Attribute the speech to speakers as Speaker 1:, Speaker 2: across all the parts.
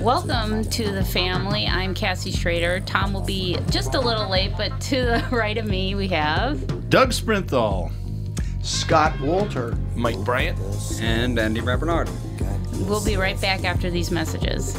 Speaker 1: Welcome to the family. I'm Cassie Schrader. Tom will be just a little late, but to the right of me, we have.
Speaker 2: Doug Sprinthal.
Speaker 3: Scott Walter.
Speaker 4: Mike Bryant.
Speaker 5: And Andy Rabernard.
Speaker 1: We'll be right back after these messages.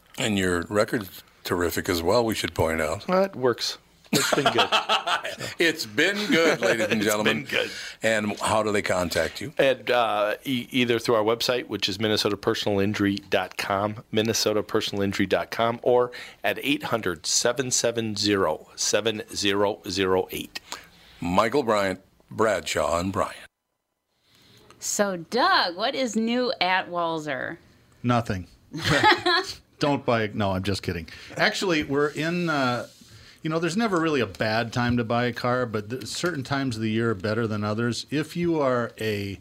Speaker 6: And your record's terrific as well, we should point out.
Speaker 7: Well, it works. It's been good.
Speaker 6: It's been good, ladies and gentlemen.
Speaker 7: been good.
Speaker 6: And how do they contact you?
Speaker 7: And uh, e- either through our website, which is minnesotapersonalinjury.com, minnesotapersonalinjury.com, or at 800-770-7008.
Speaker 6: Michael Bryant, Bradshaw, and Bryant.
Speaker 1: So, Doug, what is new at Walzer?
Speaker 2: Nothing. Don't buy. No, I'm just kidding. Actually, we're in. Uh, you know, there's never really a bad time to buy a car, but th- certain times of the year are better than others. If you are a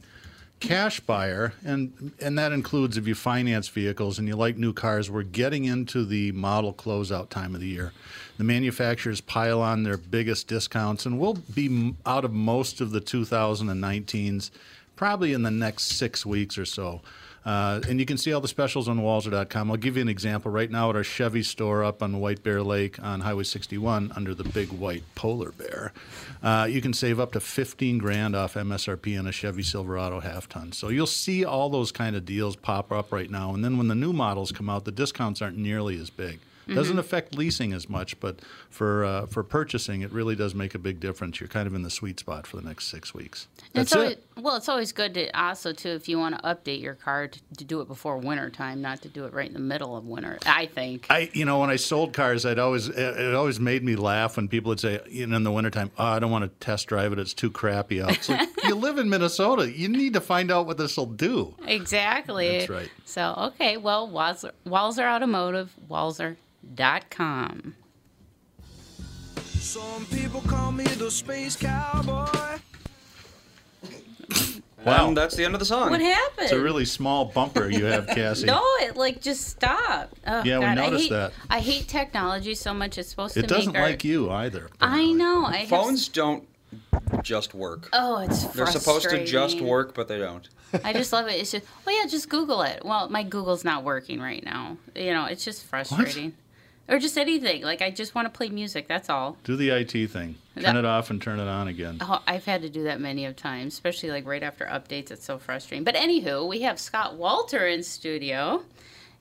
Speaker 2: cash buyer, and and that includes if you finance vehicles and you like new cars, we're getting into the model closeout time of the year. The manufacturers pile on their biggest discounts, and we'll be m- out of most of the 2019s probably in the next six weeks or so. Uh, and you can see all the specials on Walzer.com. I'll give you an example right now at our Chevy store up on White Bear Lake on Highway 61 under the big white polar bear. Uh, you can save up to 15 grand off MSRP on a Chevy Silverado half ton. So you'll see all those kind of deals pop up right now. And then when the new models come out, the discounts aren't nearly as big. Doesn't affect leasing as much, but for uh, for purchasing, it really does make a big difference. You're kind of in the sweet spot for the next six weeks. That's
Speaker 1: it's always,
Speaker 2: it.
Speaker 1: Well, it's always good to also too if you want to update your car to, to do it before winter time, not to do it right in the middle of winter. I think.
Speaker 2: I, you know, when I sold cars, I'd always it it always made me laugh when people would say, you know, in the wintertime, oh, I don't want to test drive it; it's too crappy out. It's like, you live in Minnesota, you need to find out what this will do.
Speaker 1: Exactly.
Speaker 2: That's right.
Speaker 1: So, okay, well, Walzer, Walzer Automotive, walzer.com.
Speaker 8: Some people call me the space cowboy.
Speaker 2: Wow.
Speaker 5: And that's the end of the song.
Speaker 1: What happened?
Speaker 2: It's a really small bumper you have, Cassie.
Speaker 1: no, it like just stopped. Oh,
Speaker 2: Yeah, we
Speaker 1: God, I
Speaker 2: noticed
Speaker 1: hate,
Speaker 2: that.
Speaker 1: I hate technology so much. It's supposed
Speaker 2: it
Speaker 1: to
Speaker 2: doesn't
Speaker 1: make our-
Speaker 2: like you either.
Speaker 1: I know. I have-
Speaker 5: Phones don't just work.
Speaker 1: oh, it's
Speaker 5: They're supposed to just
Speaker 1: frustrating.
Speaker 5: work, but they don't.
Speaker 1: I just love it. It's just, well, yeah, just Google it. Well, my Google's not working right now. You know, it's just frustrating. Or just anything. Like, I just want to play music. That's all.
Speaker 2: Do the IT thing. Turn
Speaker 1: That-
Speaker 2: it off and turn it on again.
Speaker 1: Oh, I've had to do that many of times, especially like right after updates. It's so frustrating. But anywho, we have Scott Walter in studio.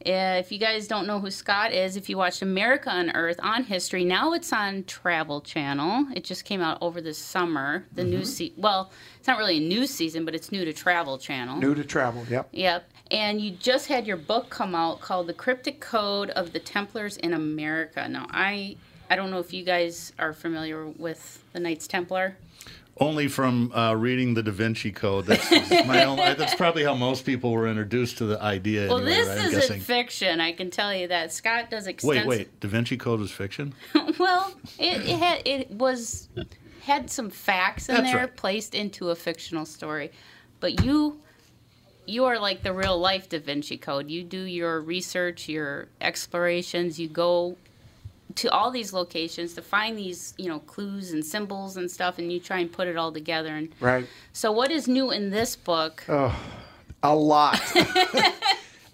Speaker 1: Uh, If you guys don't know who Scott is, if you watched America on Earth on History, now it's on Travel Channel. It just came out over the summer. The new se- well, it's not really a new season, but it's new to Travel Channel.
Speaker 3: New to travel. Yep.
Speaker 1: Yep. And you just had your book come out called The Cryptic Code of the Templars in America. Now, I I don't know if you guys are familiar with the Knights Templar.
Speaker 2: Only from uh, reading the Da Vinci Code. That's, my own, that's probably how most people were introduced to the idea.
Speaker 1: Well,
Speaker 2: anyway,
Speaker 1: this
Speaker 2: right? I'm
Speaker 1: isn't
Speaker 2: guessing.
Speaker 1: fiction. I can tell you that Scott does
Speaker 2: Wait,
Speaker 1: extensive.
Speaker 2: wait. Da Vinci Code was fiction?
Speaker 1: well, it, it had it was had some facts in
Speaker 2: That's
Speaker 1: there
Speaker 2: right.
Speaker 1: placed into a fictional story, but you you are like the real life Da Vinci Code. You do your research, your explorations. You go to all these locations to find these you know clues and symbols and stuff, and you try and put it all together. And
Speaker 3: Right.
Speaker 1: so, what is new in this book?
Speaker 3: A lot.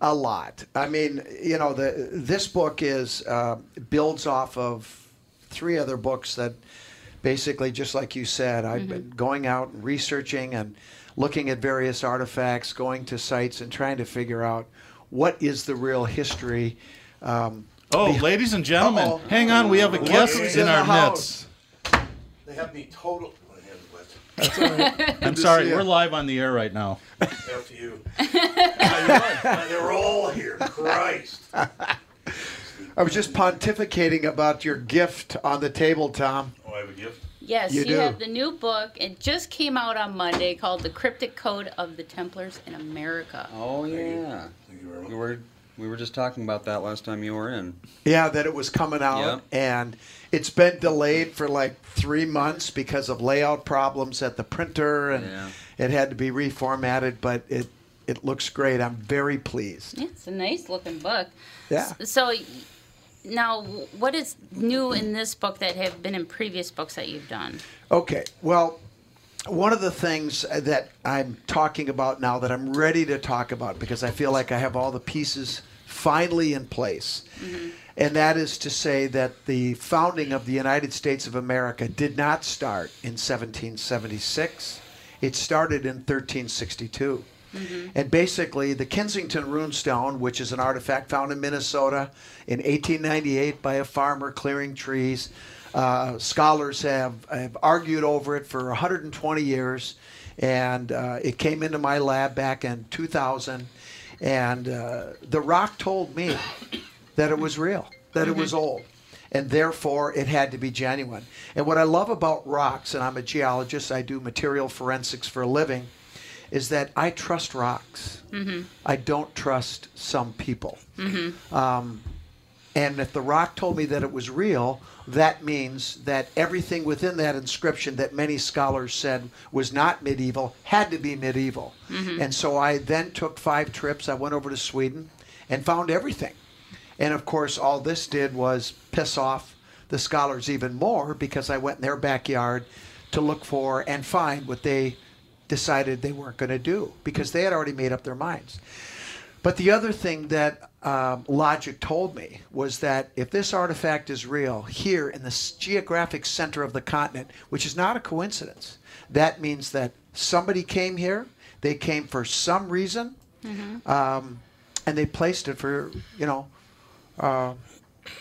Speaker 3: a lot. I mean, you know, the this book is uh, builds off of three other books that basically, just like you said, I've been going out and researching and looking at various artifacts, going to sites and trying to figure out what is the real history. Um,
Speaker 2: Oh, ladies and gentlemen,
Speaker 3: Uh-oh.
Speaker 2: hang on. We have a guest
Speaker 3: is
Speaker 2: in,
Speaker 3: in the
Speaker 2: our
Speaker 3: house?
Speaker 2: midst.
Speaker 4: They have me total. oh, I am with
Speaker 2: I'm sorry,
Speaker 3: see you.
Speaker 2: we're live on the air right now.
Speaker 4: F you. Why They're all here. Christ.
Speaker 3: I was just pontificating about your gift on the table, Tom.
Speaker 4: Oh, I have a gift.
Speaker 1: Yes,
Speaker 3: You
Speaker 1: you,
Speaker 3: do.
Speaker 1: have the new book. It just came out on Monday called The Cryptic Code of the Templars in America.
Speaker 5: Oh yeah.
Speaker 4: Thank you very much.
Speaker 5: We were we were just talking about that last time you were in.
Speaker 3: Yeah, that it was coming out, and it's been delayed for like three months because of layout problems at the printer, and
Speaker 5: Yeah.
Speaker 3: it had to be reformatted. But it it looks great. I'm very pleased.
Speaker 1: Yeah, it's a nice looking book.
Speaker 3: Yeah.
Speaker 1: S- So now what is new in this book that have been in previous books that you've done?
Speaker 3: Okay, well, one of the things that I'm talking about now that I'm ready to talk about because I feel like I have all the pieces finally in place. And that is to say that the founding of the United States of America did not start in 1776. It started in 1362. And basically, the Kensington runestone, which is an artifact found in Minnesota in 1898 by a farmer clearing trees, uh, scholars have, have argued over it for 120 years. And uh, it came into my lab back in 2000. And uh, the rock told me that it was real, that it was old, and therefore it had to be genuine. And what I love about rocks, and I'm a geologist, I do material forensics for a living, is that I trust rocks. I don't trust some people. And if the rock told me that it was real, that means that everything within that inscription that many scholars said was not medieval had to be medieval. And so I then took five trips. I went over to Sweden and found everything. And of course, all this did was piss off the scholars even more because I went in their backyard to look for and find what they decided they weren't going to do because they had already made up their minds. But the other thing that um, logic told me was that if this artifact is real here in the s- geographic center of the continent, which is not a coincidence, that means that somebody came here, they came for some reason, um, and they placed it for, you know, uh,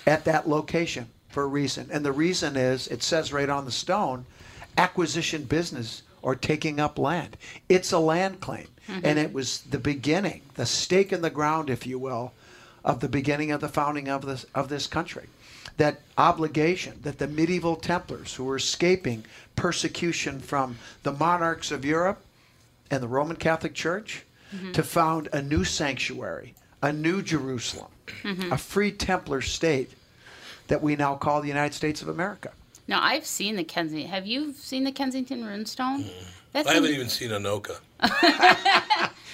Speaker 3: at that location for a reason. And the reason is, it says right on the stone, acquisition business or taking up land. It's a land claim. And it was the beginning, the stake in the ground, if you will, of the beginning of the founding of this, of this country. That obligation that the medieval Templars, who were escaping persecution from the monarchs of Europe, and the Roman Catholic Church to found a new sanctuary, a new Jerusalem, a free Templar state that we now call the United States of America.
Speaker 1: Now I've seen the Kensington. Have you seen the Kensington runestone? That's
Speaker 6: Mm. I haven't
Speaker 1: in-
Speaker 6: even seen Anoka.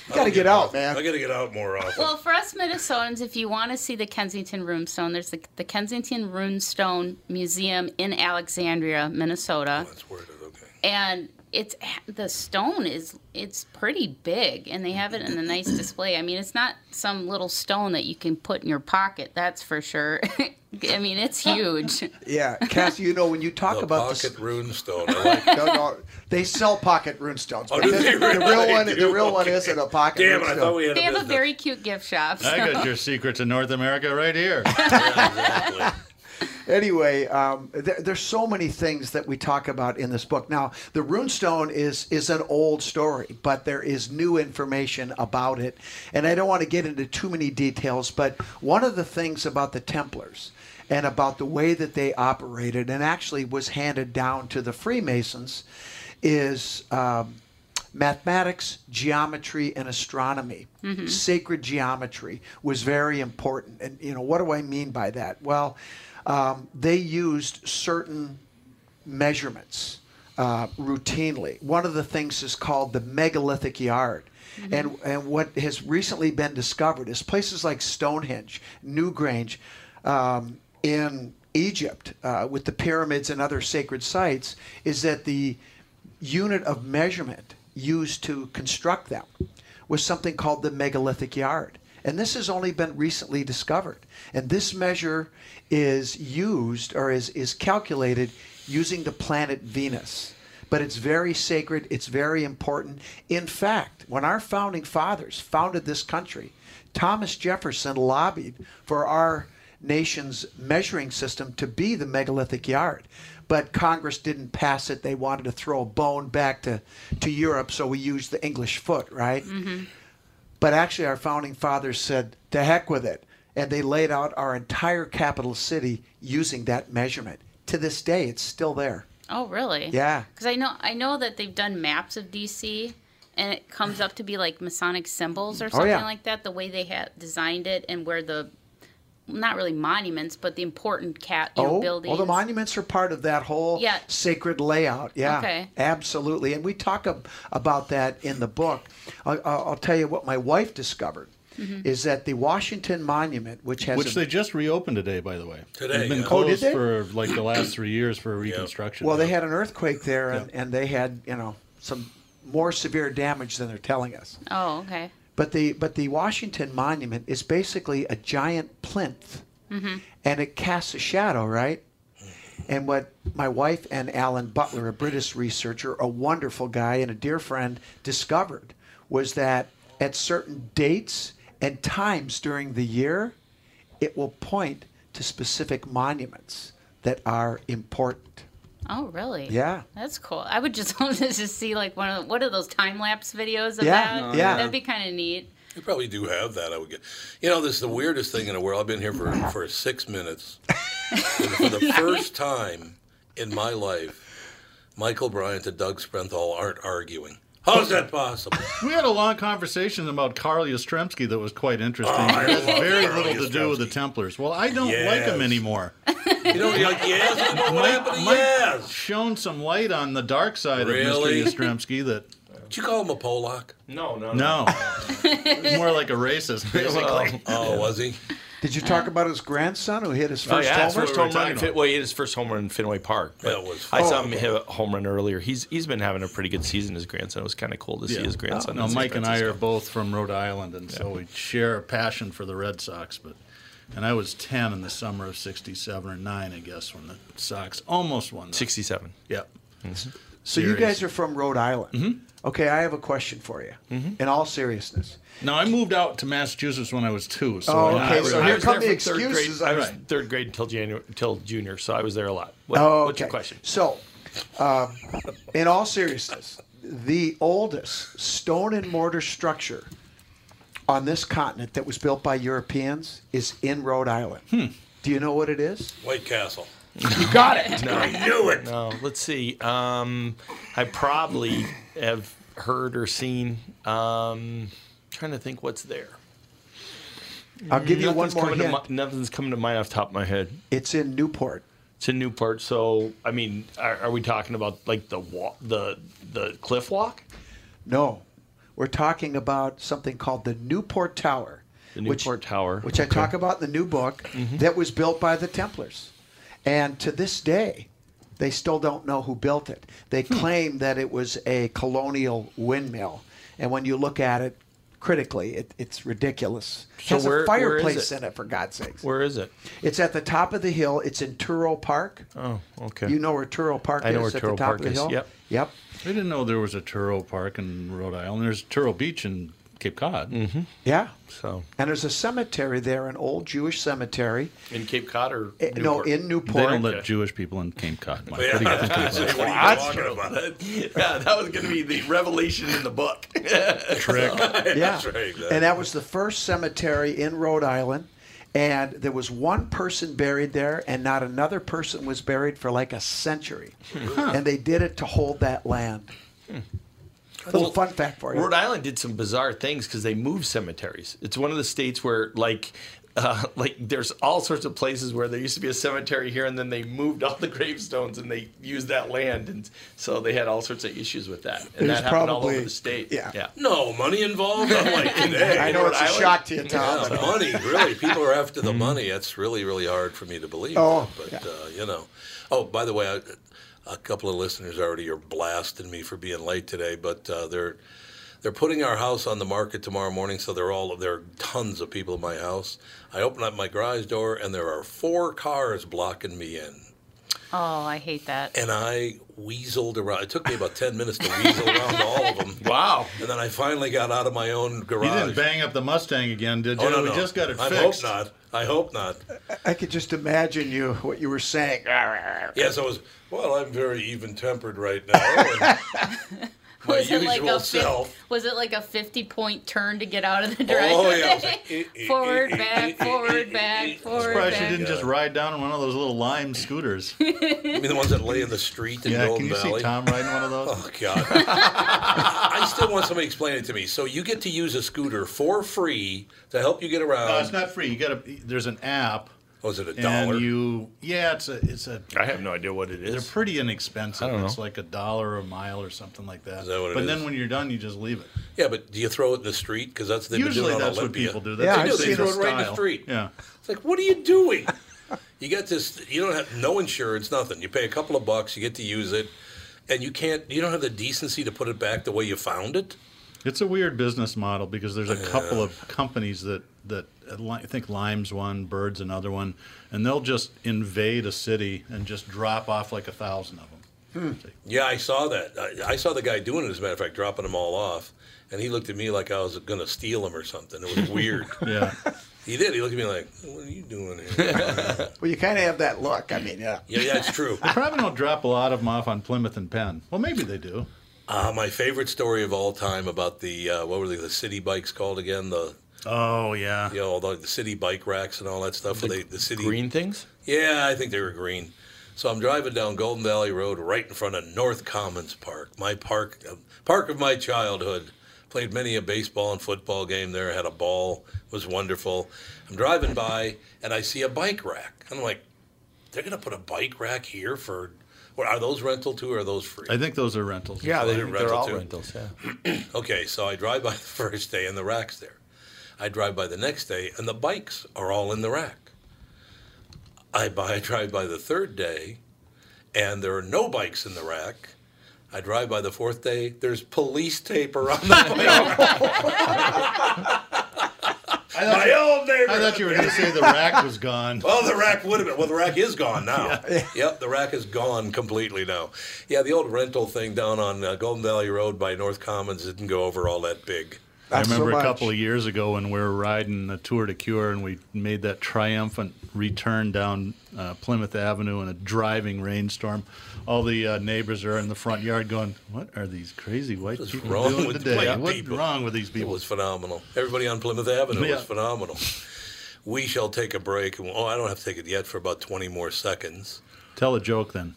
Speaker 3: You got to get out, man.
Speaker 6: I got to get out more often.
Speaker 1: Well, for us Minnesotans, if you want to see the Kensington Runestone, there's the, the Kensington Runestone Museum in Alexandria, Minnesota,
Speaker 6: That's where it is. Okay.
Speaker 1: and it's the stone is it's pretty big, and they have it in a nice display. I mean, it's not some little stone that you can put in your pocket, that's for sure. I mean, it's huge.
Speaker 3: Yeah, Cassie, you know when you talk
Speaker 6: The
Speaker 3: about
Speaker 6: pocket
Speaker 3: this,
Speaker 6: runestone. I like it.
Speaker 3: no, no, they sell pocket runestones.
Speaker 6: Oh,
Speaker 3: but
Speaker 6: do
Speaker 3: this-
Speaker 6: they
Speaker 3: the real
Speaker 6: really
Speaker 3: one,
Speaker 6: do?
Speaker 3: the real one
Speaker 6: Okay.
Speaker 3: isn't a pocket
Speaker 6: Damn it!
Speaker 3: runestone.
Speaker 6: I thought we had
Speaker 1: They have a
Speaker 6: business.
Speaker 1: very cute gift shop.
Speaker 2: I
Speaker 1: so-
Speaker 2: got your secret to North America right here.
Speaker 6: Exactly.
Speaker 3: anyway, um, there, there's so many things that we talk about in this book. Now, the runestone is is an old story, but there is new information about it, and I don't want to get into too many details. But one of the things about the Templars and about the way that they operated, and actually was handed down to the Freemasons, is. Um, mathematics, geometry, and astronomy. Sacred geometry was very important. And, you know, what do I mean by that? Well, um, they used certain measurements uh, routinely. One of the things is called the megalithic yard. And, and what has recently been discovered is places like Stonehenge, Newgrange, um, in Egypt, uh, with the pyramids and other sacred sites, is that the unit of measurement used to construct them was something called the megalithic yard. And this has only been recently discovered. And this measure is used or is, is calculated using the planet Venus. But it's very sacred, it's very important. In fact, when our founding fathers founded this country, Thomas Jefferson lobbied for our nation's measuring system to be the megalithic yard. But Congress didn't pass it. They wanted to throw a bone back to, to Europe, so we used the English foot, right? But actually, our founding fathers said, to heck with it. And they laid out our entire capital city using that measurement. To this day, it's still there.
Speaker 1: Oh, really?
Speaker 3: Yeah.
Speaker 1: Because I know I know that they've done maps of DC, and it comes up to be like Masonic symbols or something
Speaker 3: Oh, yeah.
Speaker 1: like that. The way they had designed it and where the not really monuments, but the important cat you know,
Speaker 3: Oh,
Speaker 1: buildings.
Speaker 3: well, the monuments are part of that whole
Speaker 1: Yeah.
Speaker 3: sacred layout. Yeah,
Speaker 1: Okay.
Speaker 3: absolutely. And we talk ab- about that in the book. I'll, I'll I'll tell you what my wife discovered
Speaker 1: Mm-hmm.
Speaker 3: is that the Washington Monument, which has
Speaker 2: Which
Speaker 3: a-
Speaker 2: they just reopened today, by the way.
Speaker 6: Today,
Speaker 2: It's been
Speaker 6: yeah.
Speaker 3: Oh, did
Speaker 2: closed
Speaker 3: they?
Speaker 2: for like the last three years for reconstruction.
Speaker 3: Well, they
Speaker 2: Yeah.
Speaker 3: had an earthquake there, and, and they had you know some more severe damage than they're telling us.
Speaker 1: Oh, okay.
Speaker 3: But the but the Washington Monument is basically a giant plinth, and it casts a shadow, right? And what my wife and Alan Butler, a British researcher, a wonderful guy and a dear friend, discovered was that at certain dates and times during the year, it will point to specific monuments that are important.
Speaker 1: Oh, really?
Speaker 3: Yeah.
Speaker 1: That's cool. I would just want to just see like one of what are those time lapse videos of
Speaker 3: Yeah,
Speaker 1: that?
Speaker 3: Oh, yeah.
Speaker 1: That'd be kind of neat.
Speaker 6: You probably do have that. I would get. You know, this is the weirdest thing in the world. I've been here for for six minutes, and for the first time in my life, Michael Bryant and Doug Sprenthal aren't arguing. How's that possible?
Speaker 2: We had a long conversation about Karl Yastrzemski that was quite interesting.
Speaker 6: Oh,
Speaker 2: it has very
Speaker 6: Karl
Speaker 2: little to do with the Templars. Well, I don't like
Speaker 6: Yes.
Speaker 2: them anymore.
Speaker 6: You know, you're like, yes, I know what happened to yes.
Speaker 2: Shown some light on the dark side
Speaker 6: Really?
Speaker 2: of Mr. Yastrzemski that
Speaker 6: Did you call him a Polak?
Speaker 7: No, no,
Speaker 2: no, He's more like a racist. Basically.
Speaker 6: Oh, was he?
Speaker 3: Did you talk about his grandson who hit his
Speaker 7: Oh
Speaker 3: first
Speaker 7: yeah, his
Speaker 3: homer?
Speaker 7: first
Speaker 6: we were
Speaker 7: home run.
Speaker 6: talking
Speaker 7: Fit, well, he hit his first home run in Fenway Park. but
Speaker 6: That was
Speaker 7: I
Speaker 6: fun.
Speaker 7: saw him hit a home run earlier. He's he's been having a pretty good season. His grandson. It was kind of cool to see his grandson.
Speaker 2: No,
Speaker 7: in San
Speaker 2: Mike and I are
Speaker 7: Francisco.
Speaker 2: both from Rhode Island, and so we share a passion for the Red Sox. But and I was ten in the summer of '67 or '9, I guess, when the Sox almost won. The,
Speaker 7: 67.
Speaker 2: Yep.
Speaker 3: So you guys are from Rhode Island.
Speaker 7: Mm-hmm.
Speaker 3: Okay, I have a question for you. In all seriousness,
Speaker 2: Now I moved out to Massachusetts when I was two. So
Speaker 3: Oh,
Speaker 2: I-
Speaker 3: okay,
Speaker 2: I was-
Speaker 3: so
Speaker 7: I
Speaker 3: here
Speaker 7: was
Speaker 3: come
Speaker 7: there
Speaker 3: the
Speaker 7: from third grade-
Speaker 3: excuses.
Speaker 7: I was
Speaker 2: Right.
Speaker 7: third grade until January, till junior, so I was there a lot. What,
Speaker 3: Oh,
Speaker 7: What's your
Speaker 3: okay.
Speaker 7: question?
Speaker 3: So, um, in all seriousness, the oldest stone and mortar structure on this continent that was built by Europeans is in Rhode Island.
Speaker 7: Hmm.
Speaker 3: Do you know what it is?
Speaker 6: White Castle.
Speaker 3: You got it.
Speaker 7: I knew it. No, let's see. Um, I probably have heard or seen. Um, trying to think what's there.
Speaker 3: I'll give you one
Speaker 7: Nothing's
Speaker 3: more
Speaker 7: coming to
Speaker 3: hint.
Speaker 7: mi- nothing's coming to mind off the top of my head.
Speaker 3: It's in Newport.
Speaker 7: It's in Newport, so I mean, are, are we talking about like the walk, the the cliff walk?
Speaker 3: No, we're talking about something called the Newport Tower.
Speaker 7: The Newport Tower, Mm-hmm.
Speaker 3: which I talk about in the new book, that was built by the Templars. And to this day, they still don't know who built it. They
Speaker 7: Hmm.
Speaker 3: claim that it was a colonial windmill. And when you look at it critically, it, it's ridiculous. It
Speaker 7: So
Speaker 3: has
Speaker 7: where-
Speaker 3: a
Speaker 7: where is
Speaker 3: fireplace
Speaker 7: it?
Speaker 3: in it, for God's sakes.
Speaker 7: Where is it?
Speaker 3: It's at the top of the hill. It's in Turo Park.
Speaker 7: Oh, okay.
Speaker 3: You know where Turo Park
Speaker 7: I know
Speaker 3: is
Speaker 7: where
Speaker 3: at the
Speaker 7: Touro
Speaker 3: top
Speaker 7: Park
Speaker 3: of the
Speaker 7: is.
Speaker 3: hill?
Speaker 7: Yep.
Speaker 3: Yep.
Speaker 2: I didn't know there was a Turo Park in Rhode Island. There's Turo Beach in Cape Cod. Mm-hmm.
Speaker 3: Yeah.
Speaker 7: so
Speaker 3: And there's a cemetery there, an old Jewish cemetery.
Speaker 7: in Cape Cod or
Speaker 3: Eh, No, in Newport.
Speaker 2: They don't let Jewish people in Cape Cod. Mike. What do you think about that?
Speaker 6: What are you talking about?
Speaker 7: yeah, that was going to be the revelation in the book.
Speaker 3: Yeah.
Speaker 6: That's right.
Speaker 3: And that was the first cemetery in Rhode Island. And there was one person buried there, and not another person was buried for like a century. And they did it to hold that land. Little fun fact for you.
Speaker 7: Rhode Island did some bizarre things because they moved cemeteries. It's one of the states where like. Uh, like there's all sorts of places where there used to be a cemetery here, and then they moved all the gravestones and they used that land, and so they had all sorts of issues with that. And
Speaker 3: There's
Speaker 7: that happened all
Speaker 3: probably-
Speaker 7: over the state.
Speaker 3: yeah.
Speaker 7: yeah.
Speaker 6: No money involved. I'm like, today.
Speaker 3: I know
Speaker 7: Rhode
Speaker 3: it's a
Speaker 7: Island?
Speaker 3: shock to you,
Speaker 6: Yeah,
Speaker 3: Tom.
Speaker 6: money, really. People are after the money. That's really, really hard for me to believe.
Speaker 3: Mm. Oh,
Speaker 6: but uh, you know. Oh, by the way, I, a couple of listeners already are blasting me for being late today, but uh, they're they're putting our house on the market tomorrow morning. So they're all there are tons of people in my house. I open up my garage door, and there are four cars blocking me in.
Speaker 1: Oh, I hate that.
Speaker 9: and I weaseled around. It took me about 10 minutes to weasel around all of them.
Speaker 7: Wow.
Speaker 9: And then I finally got out of my own
Speaker 2: You
Speaker 9: garage.
Speaker 2: didn't bang up the Mustang again, did you?
Speaker 9: Oh, no,
Speaker 2: we
Speaker 9: no.
Speaker 2: just got it
Speaker 9: I
Speaker 2: fixed.
Speaker 9: hope not. I hope not.
Speaker 3: I could just imagine you what you were saying.
Speaker 9: Yes, I was, well, I'm very even tempered right now. and my usual self.
Speaker 1: fif- was it like a fifty point turn to get out of the driveway?
Speaker 9: Oh, yeah. I was like, eh, eh,
Speaker 1: forward,
Speaker 9: eh, eh, eh,
Speaker 1: back,
Speaker 9: eh,
Speaker 1: forward,
Speaker 9: eh, eh, eh.
Speaker 1: back, forward,
Speaker 2: Surprised you
Speaker 1: back.
Speaker 2: didn't just ride down on one of those little lime scooters.
Speaker 9: I mean, the ones that lay in the street in
Speaker 2: yeah,
Speaker 9: Golden
Speaker 2: can you
Speaker 9: Valley.
Speaker 2: see Tom riding one of those?
Speaker 9: Oh God! I still want somebody to explain it to me. So you get to use a scooter for free to help you get around.
Speaker 2: No, Oh, it's not free. You got to. There's an app,
Speaker 9: Was it a dollar?
Speaker 2: and you. Yeah, it's a. It's a.
Speaker 7: I have no idea what it
Speaker 2: They're
Speaker 7: is.
Speaker 2: pretty inexpensive.
Speaker 7: don't know.
Speaker 2: It's like a dollar a mile or something like that.
Speaker 9: Is that what it
Speaker 2: but then
Speaker 9: is?
Speaker 2: when you're done, you just leave it.
Speaker 9: yeah, but do you throw it in the street? Because that's what they've been
Speaker 2: Usually
Speaker 9: doing on
Speaker 2: that's
Speaker 9: Olympia.
Speaker 2: what people do.
Speaker 3: Yeah,
Speaker 2: That's
Speaker 3: I
Speaker 2: the
Speaker 3: do.
Speaker 9: They
Speaker 2: same
Speaker 9: throw it right in the
Speaker 2: style.
Speaker 9: street.
Speaker 2: Yeah.
Speaker 9: It's like, what are you doing? you got this. You don't have no insurance, nothing. You pay a couple of bucks, you get to use it, and you can't. You don't have the decency to put it back the way you found it.
Speaker 2: It's a weird business model because there's a couple of companies that that uh, I think Lime's one, Bird's another one, and they'll just invade a city and just drop off like a thousand of them.
Speaker 9: Yeah, I saw that. I, I saw the guy doing it. As a matter of fact, dropping them all off, and he looked at me like I was going to steal him or something. It was weird.
Speaker 2: Yeah,
Speaker 9: he did. He looked at me like, "What are you doing here?"
Speaker 3: Well, you kind of have that look. I mean, yeah.
Speaker 9: yeah, yeah, it's true.
Speaker 2: probably don't drop a lot of them off on Plymouth and Penn. Well, maybe they do.
Speaker 9: Uh, my favorite story of all time about the uh, what were they, the city bikes called again? The
Speaker 2: Oh yeah.
Speaker 9: you know all the, the city bike racks and all that stuff. The, they, the city
Speaker 7: Green things?
Speaker 9: Yeah, I think they were green. So I'm driving down Golden Valley Road right in front of North Commons Park, my park, uh, park of my childhood. Played many a baseball and football game there. Had a ball, was wonderful. I'm driving by and I see a bike rack, and I'm like, they're gonna put a bike rack here for? Or are those rental too? Or are those free?
Speaker 2: I think those are rentals.
Speaker 7: Yeah,
Speaker 9: they-
Speaker 7: they,
Speaker 9: they're
Speaker 7: are
Speaker 9: rental
Speaker 7: all
Speaker 9: too.
Speaker 7: rentals. Yeah.
Speaker 9: Okay, so I drive by the first day and the rack's there. I drive by the next day and the bikes are all in the rack. I buy I drive by the third day and there are no bikes in the rack. I drive by the fourth day, there's police tape around the bike.
Speaker 2: I thought,
Speaker 9: My
Speaker 2: you,
Speaker 9: old
Speaker 2: I
Speaker 9: neighbor.
Speaker 2: thought you were going to say the rack was gone.
Speaker 9: Well, the rack would have been. Well, the rack is gone now. Yep, the rack is gone completely now. Yeah, the old rental thing down on uh, Golden Valley Road by North Commons didn't go over all that big.
Speaker 2: I
Speaker 3: Not so
Speaker 2: remember a
Speaker 3: much.
Speaker 2: couple of years ago when we were riding the Tour de Cure and we made that triumphant return down uh, Plymouth Avenue in a driving rainstorm. All the uh, neighbors are in the front yard going, "What are these crazy white
Speaker 9: What's
Speaker 2: people
Speaker 9: wrong
Speaker 2: doing
Speaker 9: with the
Speaker 2: today?
Speaker 9: white
Speaker 2: What's
Speaker 9: people?"
Speaker 2: wrong with these
Speaker 9: It
Speaker 2: people?"
Speaker 9: was phenomenal. Everybody on Plymouth Avenue
Speaker 2: Yeah.
Speaker 9: was phenomenal. We shall take a break. Oh, I don't have to take it yet for about 20 more seconds.
Speaker 2: Tell a joke then.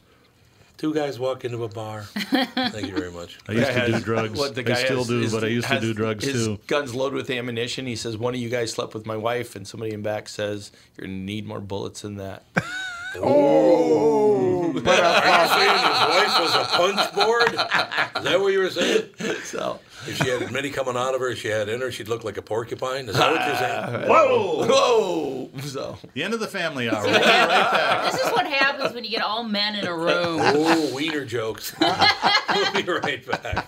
Speaker 9: Two guys walk into a bar. Thank you very much.
Speaker 2: I used
Speaker 7: Guy
Speaker 2: to do
Speaker 7: has-
Speaker 2: drugs.
Speaker 7: what the
Speaker 2: I
Speaker 7: guy
Speaker 2: still
Speaker 7: has
Speaker 2: do,
Speaker 7: is-
Speaker 2: but I used to
Speaker 7: has
Speaker 2: do drugs
Speaker 7: his
Speaker 2: too.
Speaker 4: Guns loaded with ammunition. He says, "One of you guys slept with my wife," and somebody in back says, "You're gonna need more bullets than that."
Speaker 9: Are you saying his wife was a punch board? Is that what you were saying?
Speaker 4: So,
Speaker 9: If she had many coming out of her, she had in her, she'd look like a porcupine. Is that what you're saying?
Speaker 2: Whoa!
Speaker 4: whoa. So,
Speaker 2: The end of the family hour. We'll be right back.
Speaker 1: This is what happens when you get all men in a room.
Speaker 9: Oh, wiener jokes. we'll be right back.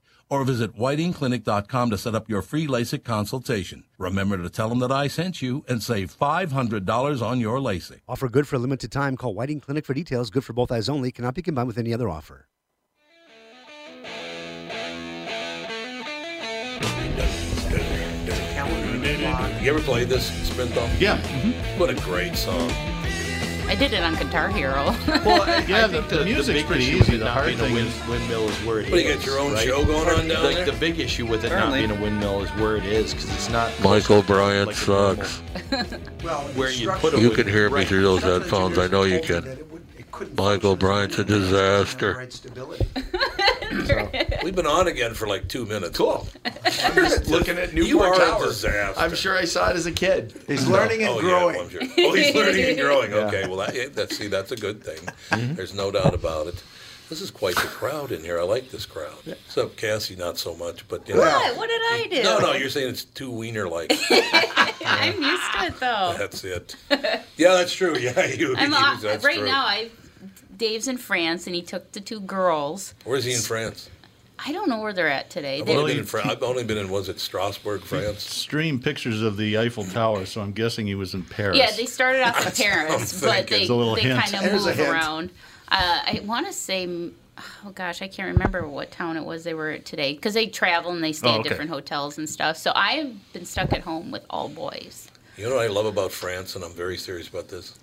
Speaker 10: or visit whitingclinic.com to set up your free LASIK consultation. Remember to tell them that I sent you and save $500 on your LASIK.
Speaker 11: Offer good for a limited time. Call Whiting Clinic for details. Good for both eyes only. Cannot be combined with any other offer.
Speaker 9: You ever played this spin off?
Speaker 2: Yeah.
Speaker 9: What a great song.
Speaker 1: I did it on Guitar Hero.
Speaker 7: Well, I,
Speaker 2: Yeah,
Speaker 7: I think
Speaker 2: the- the music's
Speaker 7: big
Speaker 2: pretty
Speaker 7: issue
Speaker 2: easy.
Speaker 7: with
Speaker 2: The
Speaker 7: not
Speaker 2: hard
Speaker 7: being a
Speaker 2: thing
Speaker 7: wind,
Speaker 2: is-
Speaker 7: windmill is where it is.
Speaker 9: What, you got your own
Speaker 7: right?
Speaker 9: show going on down
Speaker 7: the,
Speaker 9: there?
Speaker 7: The big issue with it
Speaker 9: Apparently.
Speaker 7: not being a windmill is where it is because it's not
Speaker 6: Michael
Speaker 7: close to
Speaker 6: Bryant
Speaker 7: like a normal-
Speaker 6: sucks.
Speaker 7: where you put a
Speaker 6: You
Speaker 7: wind-
Speaker 6: can hear me
Speaker 7: right.
Speaker 6: through those headphones. I know you can. Michael Bryant's a disaster.
Speaker 9: We've been on again for like two minutes.
Speaker 7: Cool. I'm just looking at
Speaker 9: You
Speaker 7: Newport
Speaker 9: are a
Speaker 7: Towers.
Speaker 9: disaster.
Speaker 7: I'm sure I saw it as a kid.
Speaker 9: He's learning and Oh, yeah, growing. well, I'm sure. Oh, he's learning and growing. Okay, well, that, yeah, Mm-hmm. that's see, that's a good thing. There's no doubt about it. This is quite the crowd in here. I like this crowd. Except Cassie, not so much. But you know,
Speaker 1: What? What did I do?
Speaker 9: No, no, you're saying it's too wiener like.
Speaker 1: I'm used to it though.
Speaker 9: that's it. Yeah, that's true. Yeah, you.
Speaker 1: I'm
Speaker 9: you-
Speaker 1: off,
Speaker 9: that's
Speaker 1: right
Speaker 9: true.
Speaker 1: now. I Dave's in France, and he took the two girls.
Speaker 9: Where's he in France?
Speaker 1: I don't know where they're at today.
Speaker 9: I've
Speaker 1: They're-
Speaker 9: only been in France. I've only been in was it Strasbourg, France?
Speaker 2: Stream pictures of the Eiffel Tower, so I'm guessing he was in Paris.
Speaker 1: Yeah, they started off in Paris,
Speaker 2: I'm
Speaker 1: but
Speaker 2: thinking.
Speaker 1: they,
Speaker 2: It's a little
Speaker 1: they
Speaker 2: hint.
Speaker 1: kind of
Speaker 2: There's a
Speaker 1: move
Speaker 2: hint.
Speaker 1: around. Uh, I want to say, mm, oh gosh, I can't remember what town it was they were at today because they travel and they stay
Speaker 9: Oh,
Speaker 1: at
Speaker 9: okay.
Speaker 1: different hotels and stuff. So I've been stuck at home with all boys.
Speaker 9: You know what I love about France, and I'm very serious about this.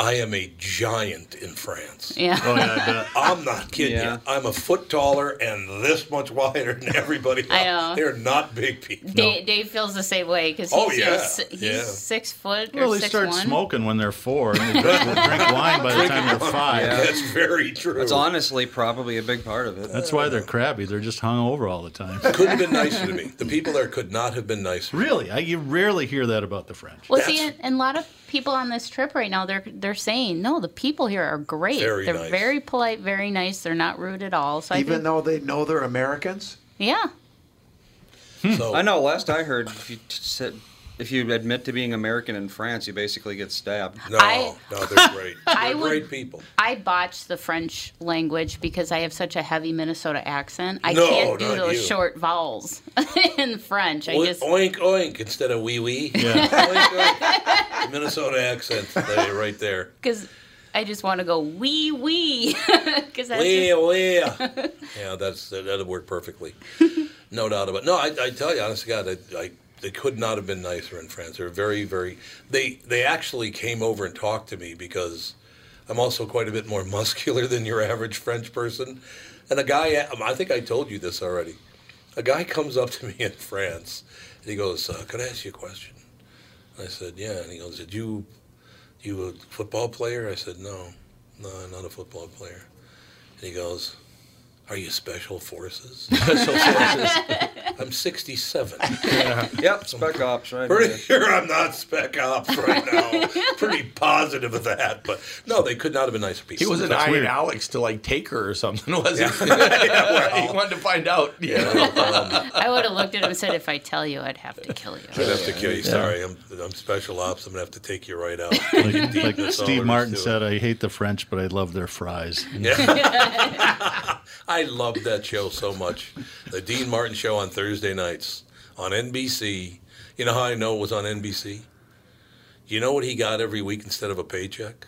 Speaker 9: I am a giant in France.
Speaker 1: Yeah. Oh, yeah, I bet.
Speaker 9: I'm not kidding
Speaker 1: Yeah.
Speaker 9: you. I'm a foot taller and this much wider than everybody else.
Speaker 1: I know.
Speaker 9: They're not big people.
Speaker 1: Dave, Dave feels the same way because he's,
Speaker 9: Oh,
Speaker 1: you
Speaker 9: yeah,
Speaker 1: know, s- he's
Speaker 9: yeah.
Speaker 1: six foot or
Speaker 2: Well, they
Speaker 1: six
Speaker 2: start
Speaker 1: one.
Speaker 2: smoking when they're four, and they drink, drink wine by the time they're five.
Speaker 9: That's very true.
Speaker 5: That's honestly probably a big part of it.
Speaker 2: That's why they're crabby. They're just hung over all the time.
Speaker 9: Couldn't have been nicer to me. The people there could not have been nicer.
Speaker 2: Really, I, you rarely hear that about the French.
Speaker 1: Well, see, and, and a lot of people on this trip right now, they're they're saying, no, the people here are great.
Speaker 3: Very
Speaker 1: they're
Speaker 3: nice.
Speaker 1: very polite, very nice. They're not rude at all. So I
Speaker 3: Even
Speaker 1: think,
Speaker 3: though they know they're Americans?
Speaker 1: yeah,
Speaker 5: Hmm. I know. Last I heard, if you t- said if you admit to being American in France, you basically get stabbed.
Speaker 9: No,
Speaker 1: I-
Speaker 9: no, they're great.
Speaker 1: I would-
Speaker 9: people.
Speaker 1: I botched the French language because I have such a heavy Minnesota accent. I
Speaker 9: No,
Speaker 1: can't do
Speaker 9: not
Speaker 1: those
Speaker 9: you.
Speaker 1: short vowels in French. I
Speaker 9: Oi-
Speaker 1: just
Speaker 9: Oink oink instead of wee wee.
Speaker 2: Yeah.
Speaker 9: Minnesota accent there, right there.
Speaker 1: because I just want to go wee wee because that's
Speaker 9: Wee
Speaker 1: just-
Speaker 9: wee. yeah, that's that'll work perfectly. No doubt about. No, I, I tell you, honest to God, I, I they could not have been nicer in France. They're very, very. They they actually came over and talked to me because I'm also quite a bit more muscular than your average French person. And a guy, I think I told you this already. A guy comes up to me in France and he goes, uh, "Could I ask you a question?" I said, "Yeah." And he goes, "Did you, you a football player?" I said, "No, no, I'm not a football player." And he goes, "Are you special forces?" Special forces. I'm 67.
Speaker 5: Yep, spec ops right
Speaker 9: Pretty
Speaker 5: there.
Speaker 9: sure I'm not spec ops right now. Pretty positive of that. But no, they could not have been nicer people.
Speaker 7: He was an
Speaker 9: That's
Speaker 7: eye
Speaker 9: weird.
Speaker 7: Alex to like take her or something, was
Speaker 9: Yeah.
Speaker 7: he? he wanted to find out. Yeah.
Speaker 1: I would have looked at him and said, if I tell you, I'd have to kill you.
Speaker 9: I'd have to kill you.
Speaker 2: Yeah.
Speaker 9: Sorry, I'm, I'm special ops. I'm gonna have to take you right out.
Speaker 2: Like, like Steve Martin said, I hate the French, but I love their fries.
Speaker 9: Yeah. I love that show so much. The Dean Martin show on Thursday nights on NBC. You know how I know it was on NBC? You know what he got every week instead of a paycheck?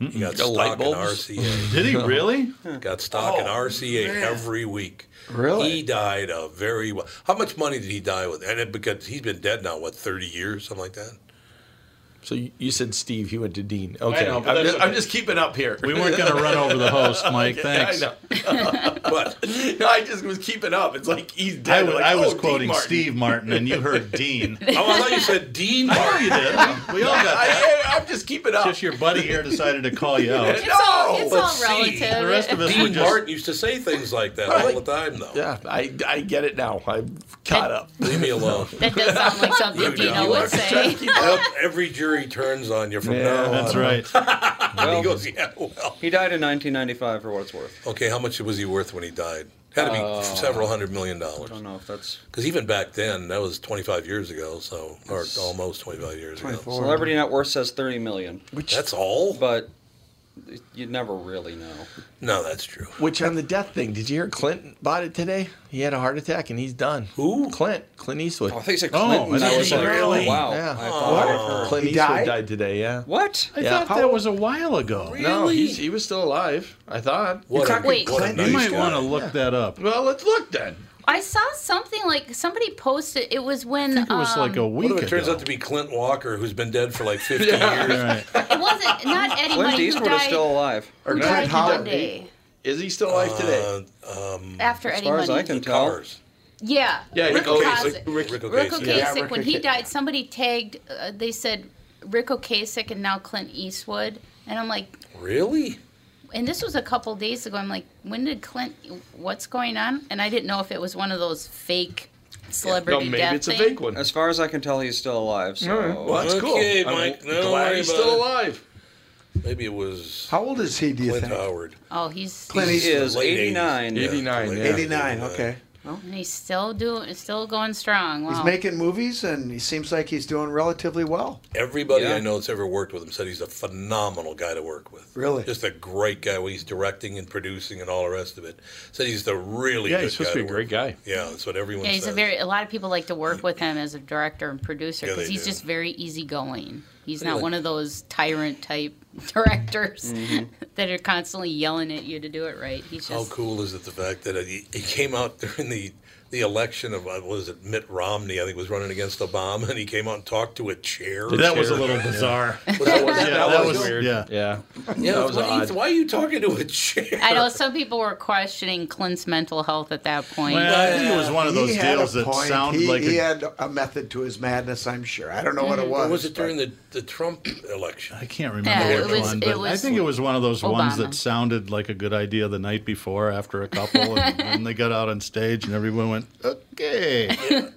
Speaker 9: He got
Speaker 7: The light
Speaker 9: stock in
Speaker 7: bulbs?
Speaker 9: RCA.
Speaker 2: Did he really?
Speaker 9: Got stock in
Speaker 2: Oh,
Speaker 9: RCA
Speaker 2: man.
Speaker 9: every week.
Speaker 2: Really?
Speaker 9: He died a very well. How much money did he die with? And it, because he's been dead now, what, 30 years, something like that?
Speaker 7: So you- you said Steve, he went to Dean. Okay.
Speaker 9: know, but
Speaker 7: I'm,
Speaker 9: that's
Speaker 7: just, I'm
Speaker 9: okay.
Speaker 7: just keeping up here.
Speaker 9: We weren't gonna run over the host, Mike.
Speaker 7: Yeah,
Speaker 9: Thanks.
Speaker 7: I know.
Speaker 9: but
Speaker 7: no, I just was keeping up. It's like he's dead.
Speaker 2: I was,
Speaker 7: Like,
Speaker 2: I was
Speaker 7: oh, Dean
Speaker 2: quoting
Speaker 7: Martin.
Speaker 2: Steve Martin, and you heard Dean.
Speaker 9: Oh, I thought you said Dean.
Speaker 2: I know you did. We all got that.
Speaker 7: I, I'm just keeping up.
Speaker 2: Just your buddy here decided to call you out.
Speaker 1: It's all- it's
Speaker 9: but
Speaker 1: all
Speaker 9: see,
Speaker 1: relative. The rest of us
Speaker 9: Dean
Speaker 1: would just-
Speaker 9: Martin used to say things like that all the time, though.
Speaker 7: Yeah, I, I get it now. I'm caught up.
Speaker 9: Leave me alone.
Speaker 1: That does sound like something Dino would say.
Speaker 9: Nope, every jury turns on you from
Speaker 5: Yeah,
Speaker 9: now on.
Speaker 5: that's right.
Speaker 9: he goes, yeah, well.
Speaker 5: He died in 1995 for what it's worth.
Speaker 9: Okay, how much was he worth when he died? Had to be
Speaker 5: Uh,
Speaker 9: several hundred million dollars. I don't
Speaker 5: know if that's
Speaker 9: because even back then, that was 25 years ago, so or almost 25 years ago.
Speaker 5: Celebrity net worth says 30 million.
Speaker 9: Which that's all.
Speaker 5: But you never really know.
Speaker 9: No, that's true.
Speaker 7: Which on the death thing, did you hear Clint bought it today? He had a heart attack and he's done.
Speaker 9: Who?
Speaker 7: Clint. Clint Eastwood.
Speaker 5: Oh, I thought you said Oh, Clinton. I
Speaker 7: didn't
Speaker 5: was like, oh,
Speaker 7: really?
Speaker 5: wow.
Speaker 7: Yeah.
Speaker 5: I thought I
Speaker 9: Oh,
Speaker 5: heard.
Speaker 7: Clint
Speaker 5: He
Speaker 7: Eastwood
Speaker 5: died?
Speaker 7: died? today. Yeah.
Speaker 5: What?
Speaker 2: I
Speaker 7: Yeah.
Speaker 2: thought that was a while ago.
Speaker 7: No, he's, he was still alive. I thought.
Speaker 2: What a- talking Wait. what a nice
Speaker 7: you might
Speaker 2: guy.
Speaker 7: want to look
Speaker 2: Yeah.
Speaker 7: that up. Well, let's look then.
Speaker 1: I saw something like somebody posted. It was when um,
Speaker 9: What if it turns out to be Clint Walker, who's been dead for like 50 years?
Speaker 1: It wasn't not
Speaker 9: Clint
Speaker 1: anybody who
Speaker 9: Eastwood is
Speaker 1: died
Speaker 9: still alive.
Speaker 1: Or
Speaker 9: Or
Speaker 1: who
Speaker 9: Clint
Speaker 1: died
Speaker 9: Howard.
Speaker 1: today.
Speaker 7: Is he still alive today?
Speaker 9: um,
Speaker 1: After As Eddie far as Money. I can tell.
Speaker 9: Cars.
Speaker 1: Yeah.
Speaker 7: Yeah,
Speaker 1: Rick
Speaker 7: Rick
Speaker 1: Ocasek.
Speaker 7: Ocasek. Rick- Rick
Speaker 1: Rick
Speaker 7: Ocasek.
Speaker 1: Ocasek.
Speaker 7: Yeah, Rick
Speaker 1: when he
Speaker 7: Ocasek.
Speaker 1: died, somebody tagged. Uh, they said Rick Ocasek and now Clint Eastwood, and I'm like,
Speaker 9: Really?
Speaker 1: and this was a couple days ago. I'm like, when did Clint? What's going on? And I didn't know if it was one of those fake celebrity death thing.
Speaker 7: one.
Speaker 5: As far as I can tell, he's still alive. So.
Speaker 7: All right. Well, that's cool.
Speaker 9: okay,
Speaker 7: I'm
Speaker 9: Mike.
Speaker 7: glad
Speaker 9: don't worry
Speaker 7: he's
Speaker 9: about
Speaker 7: still
Speaker 9: it.
Speaker 7: alive.
Speaker 9: Maybe it was.
Speaker 3: How old is he? Do you
Speaker 9: Clint uh,
Speaker 3: think?
Speaker 9: Howard.
Speaker 1: Oh, he's
Speaker 3: Clint
Speaker 1: he's-
Speaker 3: Eastwood.
Speaker 5: is 89.
Speaker 7: 89, yeah.
Speaker 3: 89. Okay.
Speaker 1: And he's still doing, still going strong. Wow.
Speaker 3: He's making movies, and he seems like he's doing relatively well.
Speaker 9: Everybody
Speaker 3: Yeah.
Speaker 9: I know that's ever worked with him said he's a phenomenal guy to work with.
Speaker 3: Really?
Speaker 9: Just a great guy when he's directing and producing and all the rest of it. Said he's the really
Speaker 7: Yeah,
Speaker 9: good
Speaker 7: he's supposed
Speaker 9: guy
Speaker 7: to be a great guy.
Speaker 9: Yeah, that's what everyone
Speaker 1: yeah, he's
Speaker 9: says.
Speaker 1: a very. A lot of people like to work with him as a director and producer
Speaker 9: Yeah, they
Speaker 1: because he's
Speaker 9: do.
Speaker 1: just very easygoing. He's
Speaker 9: They
Speaker 1: not
Speaker 9: like-
Speaker 1: one of those tyrant type directors
Speaker 3: Mm-hmm.
Speaker 1: that are constantly yelling at you to do it right. He's
Speaker 9: How
Speaker 7: Oh,
Speaker 1: just
Speaker 9: cool is it the fact that he, he came out during the the election of uh, what was it Mitt Romney I think was running against Obama and he came out and talked to a chair.
Speaker 2: That was a little bizarre.
Speaker 9: Yeah.
Speaker 2: That was-
Speaker 9: Was
Speaker 2: yeah, that was weird. Yeah.
Speaker 7: Yeah.
Speaker 9: Yeah,
Speaker 7: That was
Speaker 9: why, are you-
Speaker 7: odd.
Speaker 9: why are you talking to a chair?
Speaker 1: I know some people were questioning Clint's mental health at that point.
Speaker 2: Well, I think it was one of
Speaker 3: He
Speaker 2: those
Speaker 3: had a
Speaker 2: deals that
Speaker 3: point.
Speaker 2: sounded
Speaker 3: He-
Speaker 2: like
Speaker 3: he
Speaker 2: a-
Speaker 3: had a method to his madness. I'm sure. I don't know what it was.
Speaker 9: Mm-hmm. Was it during
Speaker 3: but-
Speaker 9: the, the Trump election?
Speaker 2: I can't remember
Speaker 3: Yeah,
Speaker 2: which
Speaker 3: it was-
Speaker 2: one,
Speaker 3: it
Speaker 2: but I
Speaker 3: was
Speaker 2: think it was one of those ones
Speaker 3: Obama.
Speaker 2: that sounded like a good idea the night before after a couple, and, then they got out on stage and everyone went, okay.
Speaker 9: Yeah,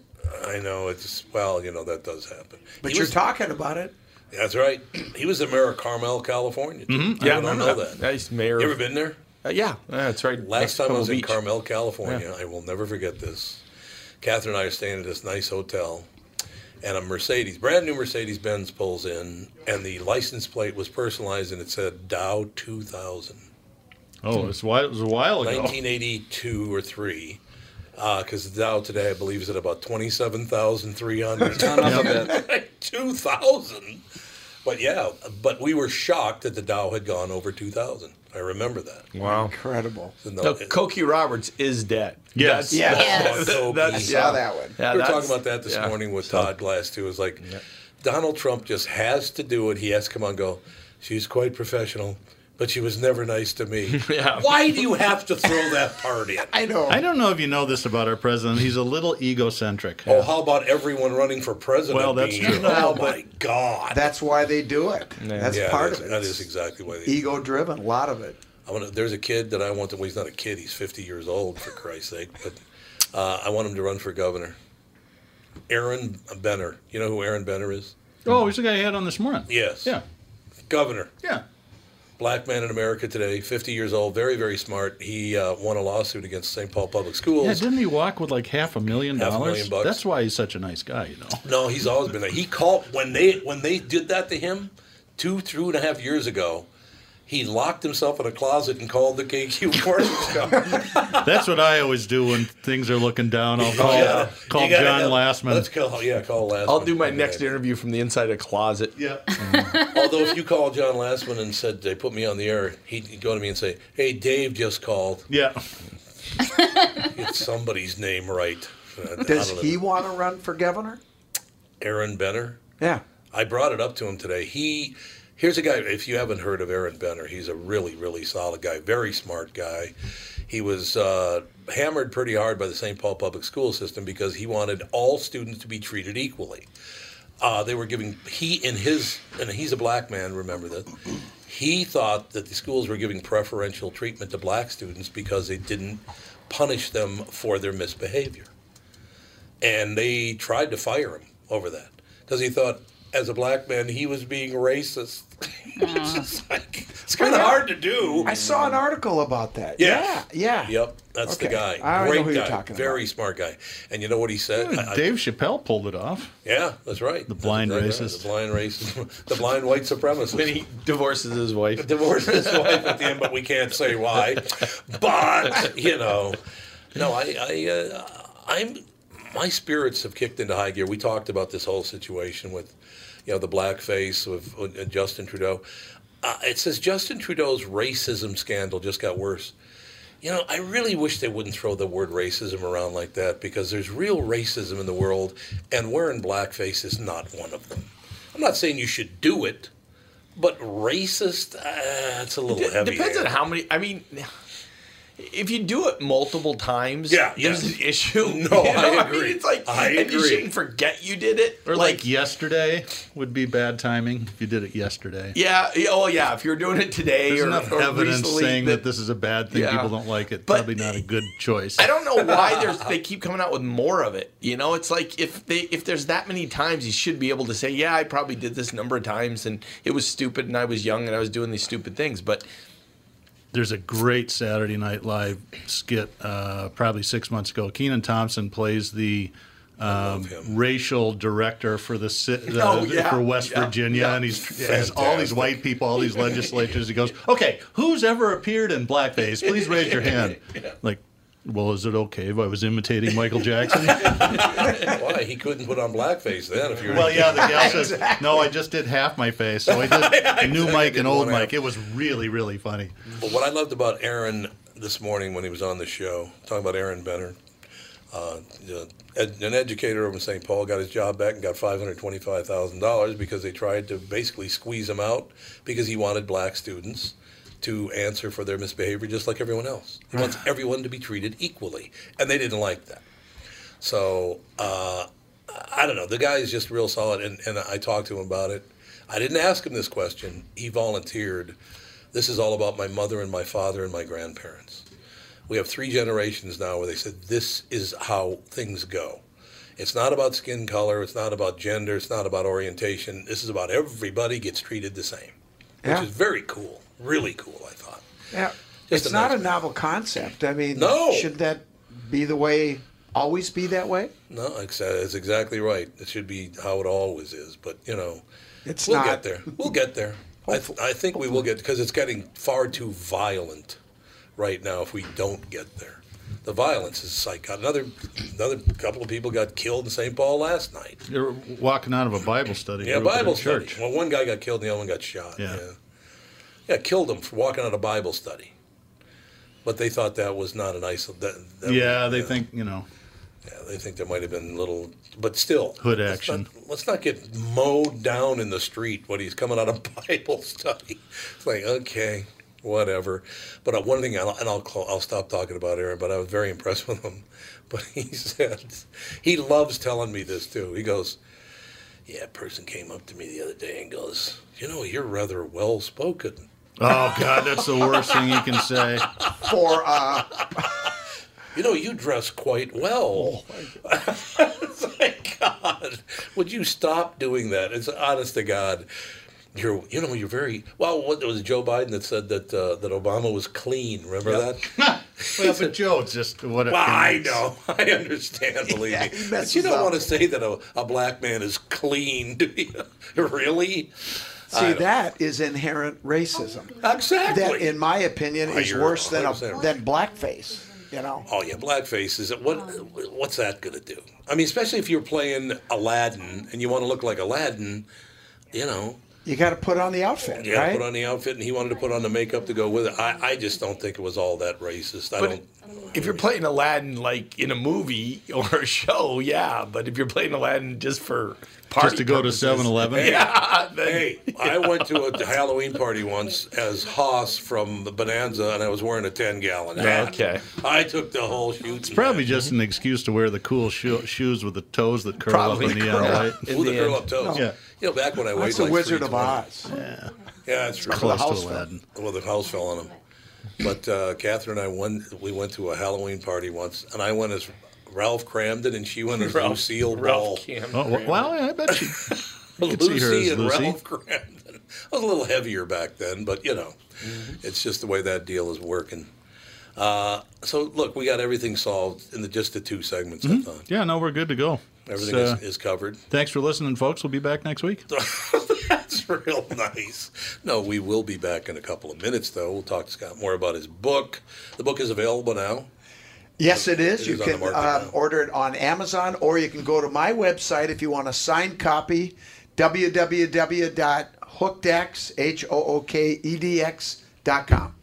Speaker 9: I know it's well, you know that does happen.
Speaker 3: But
Speaker 9: He
Speaker 3: you're
Speaker 9: was-
Speaker 3: talking about it.
Speaker 9: That's right. He was the mayor of Carmel, California. too.
Speaker 7: Mhm.
Speaker 9: I
Speaker 7: Yeah, I
Speaker 9: don't
Speaker 7: remember
Speaker 9: know
Speaker 7: that.
Speaker 9: that.
Speaker 7: Nice mayor
Speaker 9: You
Speaker 7: of-
Speaker 9: ever been there?
Speaker 7: Uh, yeah, that's right.
Speaker 9: Last time I
Speaker 7: Pebble
Speaker 9: was in
Speaker 7: Beach.
Speaker 9: Carmel, California, I will never forget this. Catherine and I are staying at this nice hotel, and a Mercedes, brand new Mercedes Benz, pulls in, and the license plate was personalized, and it said Dow 2000.
Speaker 2: Oh, it was, wi- it was a while
Speaker 7: Oh.
Speaker 2: ago.
Speaker 9: 1982 or three. Because the Dow today, I believe, is at about 27,300.
Speaker 5: up a
Speaker 9: 2,000? But yeah, but we were shocked that the Dow had gone over 2,000. I remember that.
Speaker 7: Wow.
Speaker 3: Incredible.
Speaker 7: No, Cokie Roberts is dead.
Speaker 9: Yes.
Speaker 7: That's-
Speaker 9: Yes.
Speaker 7: that's-
Speaker 9: Yes.
Speaker 7: that's-
Speaker 9: I
Speaker 7: yeah.
Speaker 9: saw that one.
Speaker 7: Yeah,
Speaker 9: we were
Speaker 7: that's-
Speaker 9: talking about that this
Speaker 7: yeah.
Speaker 9: morning with Todd Glass too. It was like Donald Trump just has to do it. He has to come on and go. She's quite professional, but she was never nice to me.
Speaker 7: Yeah.
Speaker 9: Why do you have to throw that part in?
Speaker 3: I know.
Speaker 2: I don't know if you know this about our president. He's a little egocentric.
Speaker 9: Oh, how about everyone running for president?
Speaker 2: Well, that's
Speaker 9: being-
Speaker 2: true.
Speaker 9: Oh my God.
Speaker 3: That's why they do it. That's
Speaker 9: Yeah,
Speaker 3: part
Speaker 9: that's-
Speaker 3: of it.
Speaker 9: That is exactly why they
Speaker 3: ego driven. A lot of it.
Speaker 9: I want to, there's a kid that I want to. Well, he's not a kid. He's 50 years old, for Christ's sake. But uh, I want him to run for governor. Aaron Benner. You know who Aaron Benner is?
Speaker 2: Oh, he's the guy I had on this morning.
Speaker 9: Yes.
Speaker 2: Yeah.
Speaker 9: Governor.
Speaker 2: Yeah.
Speaker 9: Black man in America today, 50 years old, very, very smart. He uh, won a lawsuit against St. Paul Public Schools.
Speaker 2: Yeah, didn't he walk with like half a million
Speaker 9: Half a
Speaker 2: dollars?
Speaker 9: million bucks.
Speaker 2: That's why he's such a nice guy, you know.
Speaker 9: No, he's always been that. He called when they when they did that to him two two and a half years ago. He locked himself in a closet and called the KQ Morning Show.
Speaker 2: That's what I always do when things are looking down. I'll
Speaker 4: Oh,
Speaker 2: call,
Speaker 7: Yeah.
Speaker 2: call
Speaker 9: You gotta
Speaker 2: John
Speaker 9: have-
Speaker 2: Lastman.
Speaker 9: Let's call yeah, call Lastman.
Speaker 7: I'll do my next interview from the inside of a closet.
Speaker 9: Yeah. Although if you call John Lastman and said they put me on the air, he'd go to me and say, "Hey, Dave just called.
Speaker 2: Yeah.
Speaker 9: Get somebody's name right." Uh, I- I
Speaker 3: Does
Speaker 9: don't know.
Speaker 3: he want to run for governor?
Speaker 9: Aaron Benner.
Speaker 3: Yeah.
Speaker 9: I brought it up to him today. He here's a guy. If you haven't heard of Aaron Benner, he's a really really solid guy, very smart guy. He was uh, hammered pretty hard by the St. Paul public school system because he wanted all students to be treated equally. Uh, they were giving he and his and he's a black man. Remember that he thought that the schools were giving preferential treatment to black students because they didn't punish them for their misbehavior, and they tried to fire him over that because he thought as a black man he was being racist. it's just like it's kind of hard to do.
Speaker 3: I saw an article about that.
Speaker 9: Yeah.
Speaker 3: Yeah.
Speaker 9: Yep. That's the
Speaker 3: Okay.
Speaker 9: guy.
Speaker 3: I already
Speaker 9: Great
Speaker 3: know who
Speaker 9: guy.
Speaker 3: you're talking about.
Speaker 9: Very smart guy. And you know what he said? I- I-
Speaker 2: Hmm, Dave Chappelle pulled it off.
Speaker 9: yeah, that's right. The
Speaker 2: blind
Speaker 9: The blind racist. The blind white supremacist. When he
Speaker 4: divorces his wife.
Speaker 9: Divorces his wife at the end, but we can't say why. But you know, no, I, I, uh, I'm, my spirits have kicked into high gear. We talked about this whole situation with, you know, the blackface with uh, Justin Trudeau. Uh, it says Justin Trudeau's racism scandal just got worse. You know, I really wish they wouldn't throw the word racism around like that because there's real racism in the world, and wearing blackface is not one of them. I'm not saying you should do it, but racist, uh, it's a little
Speaker 4: It
Speaker 9: heavy.
Speaker 4: depends on how many. I mean, if you do it multiple times,
Speaker 9: Yeah,
Speaker 4: there's
Speaker 9: yeah.
Speaker 4: an issue.
Speaker 9: No,
Speaker 4: You know,
Speaker 9: I
Speaker 4: mean,
Speaker 9: agree.
Speaker 4: it's like
Speaker 9: I
Speaker 4: and you
Speaker 9: agree.
Speaker 4: shouldn't forget you did it.
Speaker 2: Or like, yesterday would be bad timing if you did it yesterday.
Speaker 4: Yeah. yeah, Oh, yeah. If you're doing it today,
Speaker 2: There's
Speaker 4: or,
Speaker 2: enough
Speaker 4: or
Speaker 2: evidence
Speaker 4: recently,
Speaker 2: saying
Speaker 4: that-
Speaker 2: that, this is a bad thing.
Speaker 4: Yeah.
Speaker 2: People don't like it. Probably not a good choice.
Speaker 4: I don't know why there's, they keep coming out with more of it. You know, it's like if they if there's that many times, you should be able to say, "Yeah, I probably did this number of times, and it was stupid, and I was young, and I was doing these stupid things." But
Speaker 2: There's a great Saturday Night Live skit, uh, probably six months ago. Keenan Thompson plays the um, racial director for the, ci- the
Speaker 12: Oh, yeah,
Speaker 2: for West
Speaker 12: yeah,
Speaker 2: Virginia,
Speaker 12: yeah.
Speaker 2: and he's has all these
Speaker 12: Fantastic.
Speaker 2: white people, all these legislatures. He goes, "Okay, who's ever appeared in blackface? Please raise your hand." Like, well, is it okay if I was imitating Michael Jackson?
Speaker 9: Why he couldn't put on blackface then? If you're
Speaker 2: Well, yeah, the gal says, "No, I just did half my face, so I did new Mike and old Mike." It was really, really funny.
Speaker 9: But what I loved about Aaron this morning when he was on the show, talking about Aaron Benner, uh, the ed- an educator over in St. Paul got his job back and got $525,000 because they tried to basically squeeze him out because he wanted black students to answer for their misbehavior just like everyone else. He wants everyone to be treated equally. And they didn't like that. So uh, I don't know. The guy is just real solid. And, and I talked to him about it. I didn't ask him this question, he volunteered. This is all about my mother and my father and my grandparents. We have three generations now where they said, this is how things go. It's not about skin color, it's not about gender, it's not about orientation. This is about everybody gets treated the same,
Speaker 3: Yeah.
Speaker 9: which is very cool, really cool, I thought.
Speaker 3: Yeah.
Speaker 9: Just
Speaker 3: it's
Speaker 9: a
Speaker 3: not
Speaker 9: nice
Speaker 3: a novel concept. I mean,
Speaker 9: No.
Speaker 3: should that be the way, always be that way?
Speaker 9: No, it's, uh, it's exactly right. It should be how it always is, but you know,
Speaker 3: It's
Speaker 9: we'll
Speaker 3: not.
Speaker 9: get there. We'll get there. I, th- I think we will get because it's getting far too violent right now. If we don't get there, the violence is psychotic. Another another couple of people got killed in St. Paul last night.
Speaker 2: You're walking out of a Bible study.
Speaker 9: Yeah,
Speaker 2: group at a
Speaker 9: Bible study.
Speaker 2: church.
Speaker 9: Well, one guy got killed and the other one got shot.
Speaker 2: Yeah.
Speaker 9: yeah. Yeah, killed him for walking out of Bible study. But they thought that was not an isol. That, that
Speaker 2: yeah, they think you know
Speaker 9: yeah, they think there might have been little, but still.
Speaker 2: hood
Speaker 9: let's
Speaker 2: action.
Speaker 9: not- Let's not get mowed down in the street when he's coming out of Bible study. It's like, okay, whatever. But uh, one thing, I'll, and I'll call, I'll stop talking about Aaron, but I was very impressed with him. But he said, he loves telling me this too. He goes, yeah, a person came up to me the other day and goes, you know, you're rather well spoken.
Speaker 2: Oh God, that's the worst thing you can say.
Speaker 9: For uh. You know, you dress quite well.
Speaker 3: Oh,
Speaker 9: Thank God. Would you stop doing that? It's honest to God. You're, you know, you're very well. What it was Joe Biden that said that uh, that Obama was clean? Remember that?
Speaker 2: well, but Joe, it's just what. a-
Speaker 9: Well, I know, I understand. Believe me, but you don't want to say that a, a black man is clean, do you? really? I
Speaker 3: See,
Speaker 9: don't-
Speaker 3: that is inherent racism.
Speaker 9: Exactly.
Speaker 3: That, in my opinion,
Speaker 9: Oh,
Speaker 3: is
Speaker 9: you're
Speaker 3: worse than a,
Speaker 9: 100%
Speaker 3: than blackface. You know.
Speaker 9: Oh yeah, blackface is it? What what's that gonna do? I mean, especially if you're playing Aladdin and you want to look like Aladdin, you know.
Speaker 3: You got to put on the outfit,
Speaker 9: Yeah,
Speaker 3: right?
Speaker 9: put on the outfit, and he wanted to put on the makeup to go with it. I, I just don't think it was all that racist. I
Speaker 4: But
Speaker 9: don't.
Speaker 4: If you're playing Aladdin like in a movie or a show, yeah. But if you're playing Aladdin just for party
Speaker 2: to go to
Speaker 4: purposes-
Speaker 2: 7-Eleven?
Speaker 4: yeah. then-
Speaker 9: Hey, I went to a Halloween party once as Haas from the Bonanza, and I was wearing a ten gallon hat.
Speaker 2: Okay.
Speaker 9: I took the whole shoot.
Speaker 2: It's probably just an excuse to wear the cool sho- shoes with the toes that curl up
Speaker 9: Probably
Speaker 2: in the
Speaker 9: curl
Speaker 2: end,
Speaker 9: up
Speaker 2: right?
Speaker 9: in Ooh, the the curl end. up toes.
Speaker 2: Yeah.
Speaker 9: You know, back when I weighed
Speaker 3: That's the
Speaker 9: like
Speaker 3: Wizard of
Speaker 9: 320.
Speaker 3: Oz.
Speaker 2: Yeah,
Speaker 9: yeah, it's true.
Speaker 2: Close
Speaker 9: the
Speaker 2: to
Speaker 9: house fell-
Speaker 2: Aladdin.
Speaker 9: Well, the house fell on him. But uh, Catherine and I one we went to a Halloween party once, and I went as Ralph Cramden, and she went as
Speaker 2: Ralph-
Speaker 9: Lucille Ball.
Speaker 2: Ralph Oh, well, well, yeah, I bet she. you could see
Speaker 9: Lucy
Speaker 2: her as
Speaker 9: and
Speaker 2: Lucy.
Speaker 9: Ralph Cramden. I was a little heavier back then, but you know,
Speaker 2: Mm-hmm.
Speaker 9: it's just the way that deal is working. Uh, so look, we got everything solved in the, just the two segments. I thought
Speaker 2: Yeah, no, we're good to go. Mm-hmm. It's,
Speaker 9: everything
Speaker 2: uh,
Speaker 9: is, is covered.
Speaker 2: Thanks for listening, folks. We'll be back next week. uh,
Speaker 9: That's real nice. No, we will be back in a couple of minutes, though. We'll talk to Scott more about his book. The book is available now.
Speaker 3: Yes, it is.
Speaker 9: It
Speaker 3: you
Speaker 9: is on the
Speaker 3: can
Speaker 9: market
Speaker 3: um, order it on Amazon, or you can go to my website if you want a signed copy. www.hookedx h o o k e d x dot com.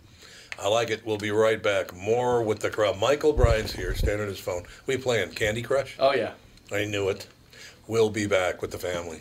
Speaker 9: I like it. We'll be right back. More with the crowd. Michael Bryan's here, standing at his phone. We playing Candy Crush?
Speaker 4: Oh, yeah.
Speaker 9: I knew it. We'll be back with the family.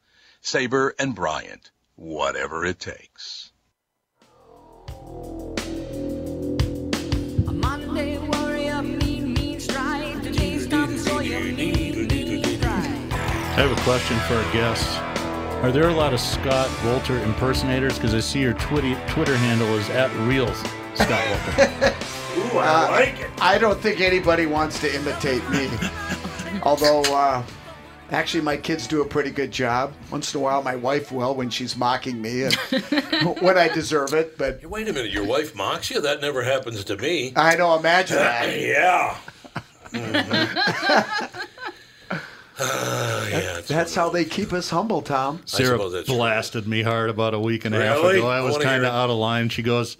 Speaker 13: Sabre and Bryant, whatever it takes.
Speaker 14: A Monday warrior, mean, mean stride. Today's Tom Sawyer, mean, mean pride.
Speaker 2: I have a question for our guests. Are there a lot of Scott Walter impersonators? Because I see your Twitter Twitter handle is at real Scott Walter.
Speaker 3: Ooh, I like it. I don't think anybody wants to imitate me. Although, uh, actually, my kids do a pretty good job. Once in a while, my wife will when she's mocking me and when I deserve it. But
Speaker 9: Wait a minute, your wife mocks you? That never happens to me.
Speaker 3: I know, imagine that.
Speaker 9: yeah. Mm-hmm. Ah, yeah.
Speaker 3: That's how they keep us humble, Tom.
Speaker 2: Sarah blasted me hard about a week and a half
Speaker 3: Really?
Speaker 2: ago. I
Speaker 3: I
Speaker 2: was
Speaker 3: wanna hear
Speaker 2: kind of
Speaker 3: it.
Speaker 2: out of line. She goes,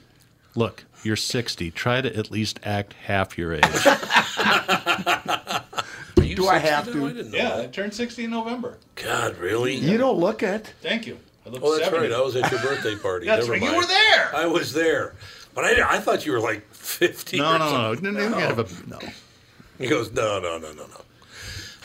Speaker 2: "Look, you're 60. Try to at least act half your age."
Speaker 3: Do I have to?
Speaker 2: yeah, I turned 60 in November.
Speaker 9: God, really?
Speaker 3: You don't look it.
Speaker 2: Thank you. I look
Speaker 9: Oh, that's
Speaker 2: 70.
Speaker 9: right. I was at your birthday party.
Speaker 2: That's
Speaker 9: Never
Speaker 2: right. You
Speaker 9: mind.
Speaker 2: were there.
Speaker 9: I was there, but I, I thought you were like fifty.
Speaker 2: No,
Speaker 9: or
Speaker 2: no, no,
Speaker 9: something.
Speaker 2: no, no, you gotta have a- no.
Speaker 9: He goes, no, no, no, no, no.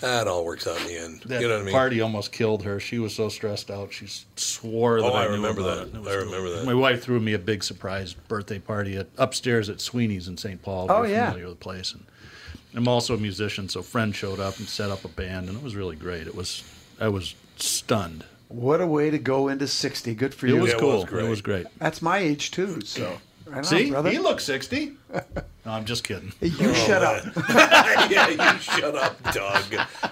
Speaker 9: That all works out in the end.
Speaker 2: That
Speaker 9: you know what I mean?
Speaker 2: party almost killed her. She was so stressed out. She s- swore that
Speaker 9: Oh,
Speaker 2: I,
Speaker 9: I
Speaker 2: knew
Speaker 9: remember
Speaker 2: about
Speaker 9: that.
Speaker 2: it. It was
Speaker 9: I remember
Speaker 2: really-
Speaker 9: that.
Speaker 2: My wife threw me a big surprise birthday party at, upstairs at Sweeney's in St. Paul.
Speaker 3: Oh,
Speaker 2: We're
Speaker 3: yeah.
Speaker 2: familiar with the place. And I'm also a musician, so a friend showed up and set up a band, and it was really great. It was I was stunned.
Speaker 3: What a way to go into 60. Good for
Speaker 2: It
Speaker 3: you.
Speaker 2: was Yeah, it was cool. It great. was great.
Speaker 3: That's my age, too. So, right on,
Speaker 2: See,
Speaker 3: brother.
Speaker 2: he looks sixty. No, I'm just kidding.
Speaker 3: You shut
Speaker 2: Oh,
Speaker 3: up.
Speaker 9: Oh, yeah, you shut up, Doug.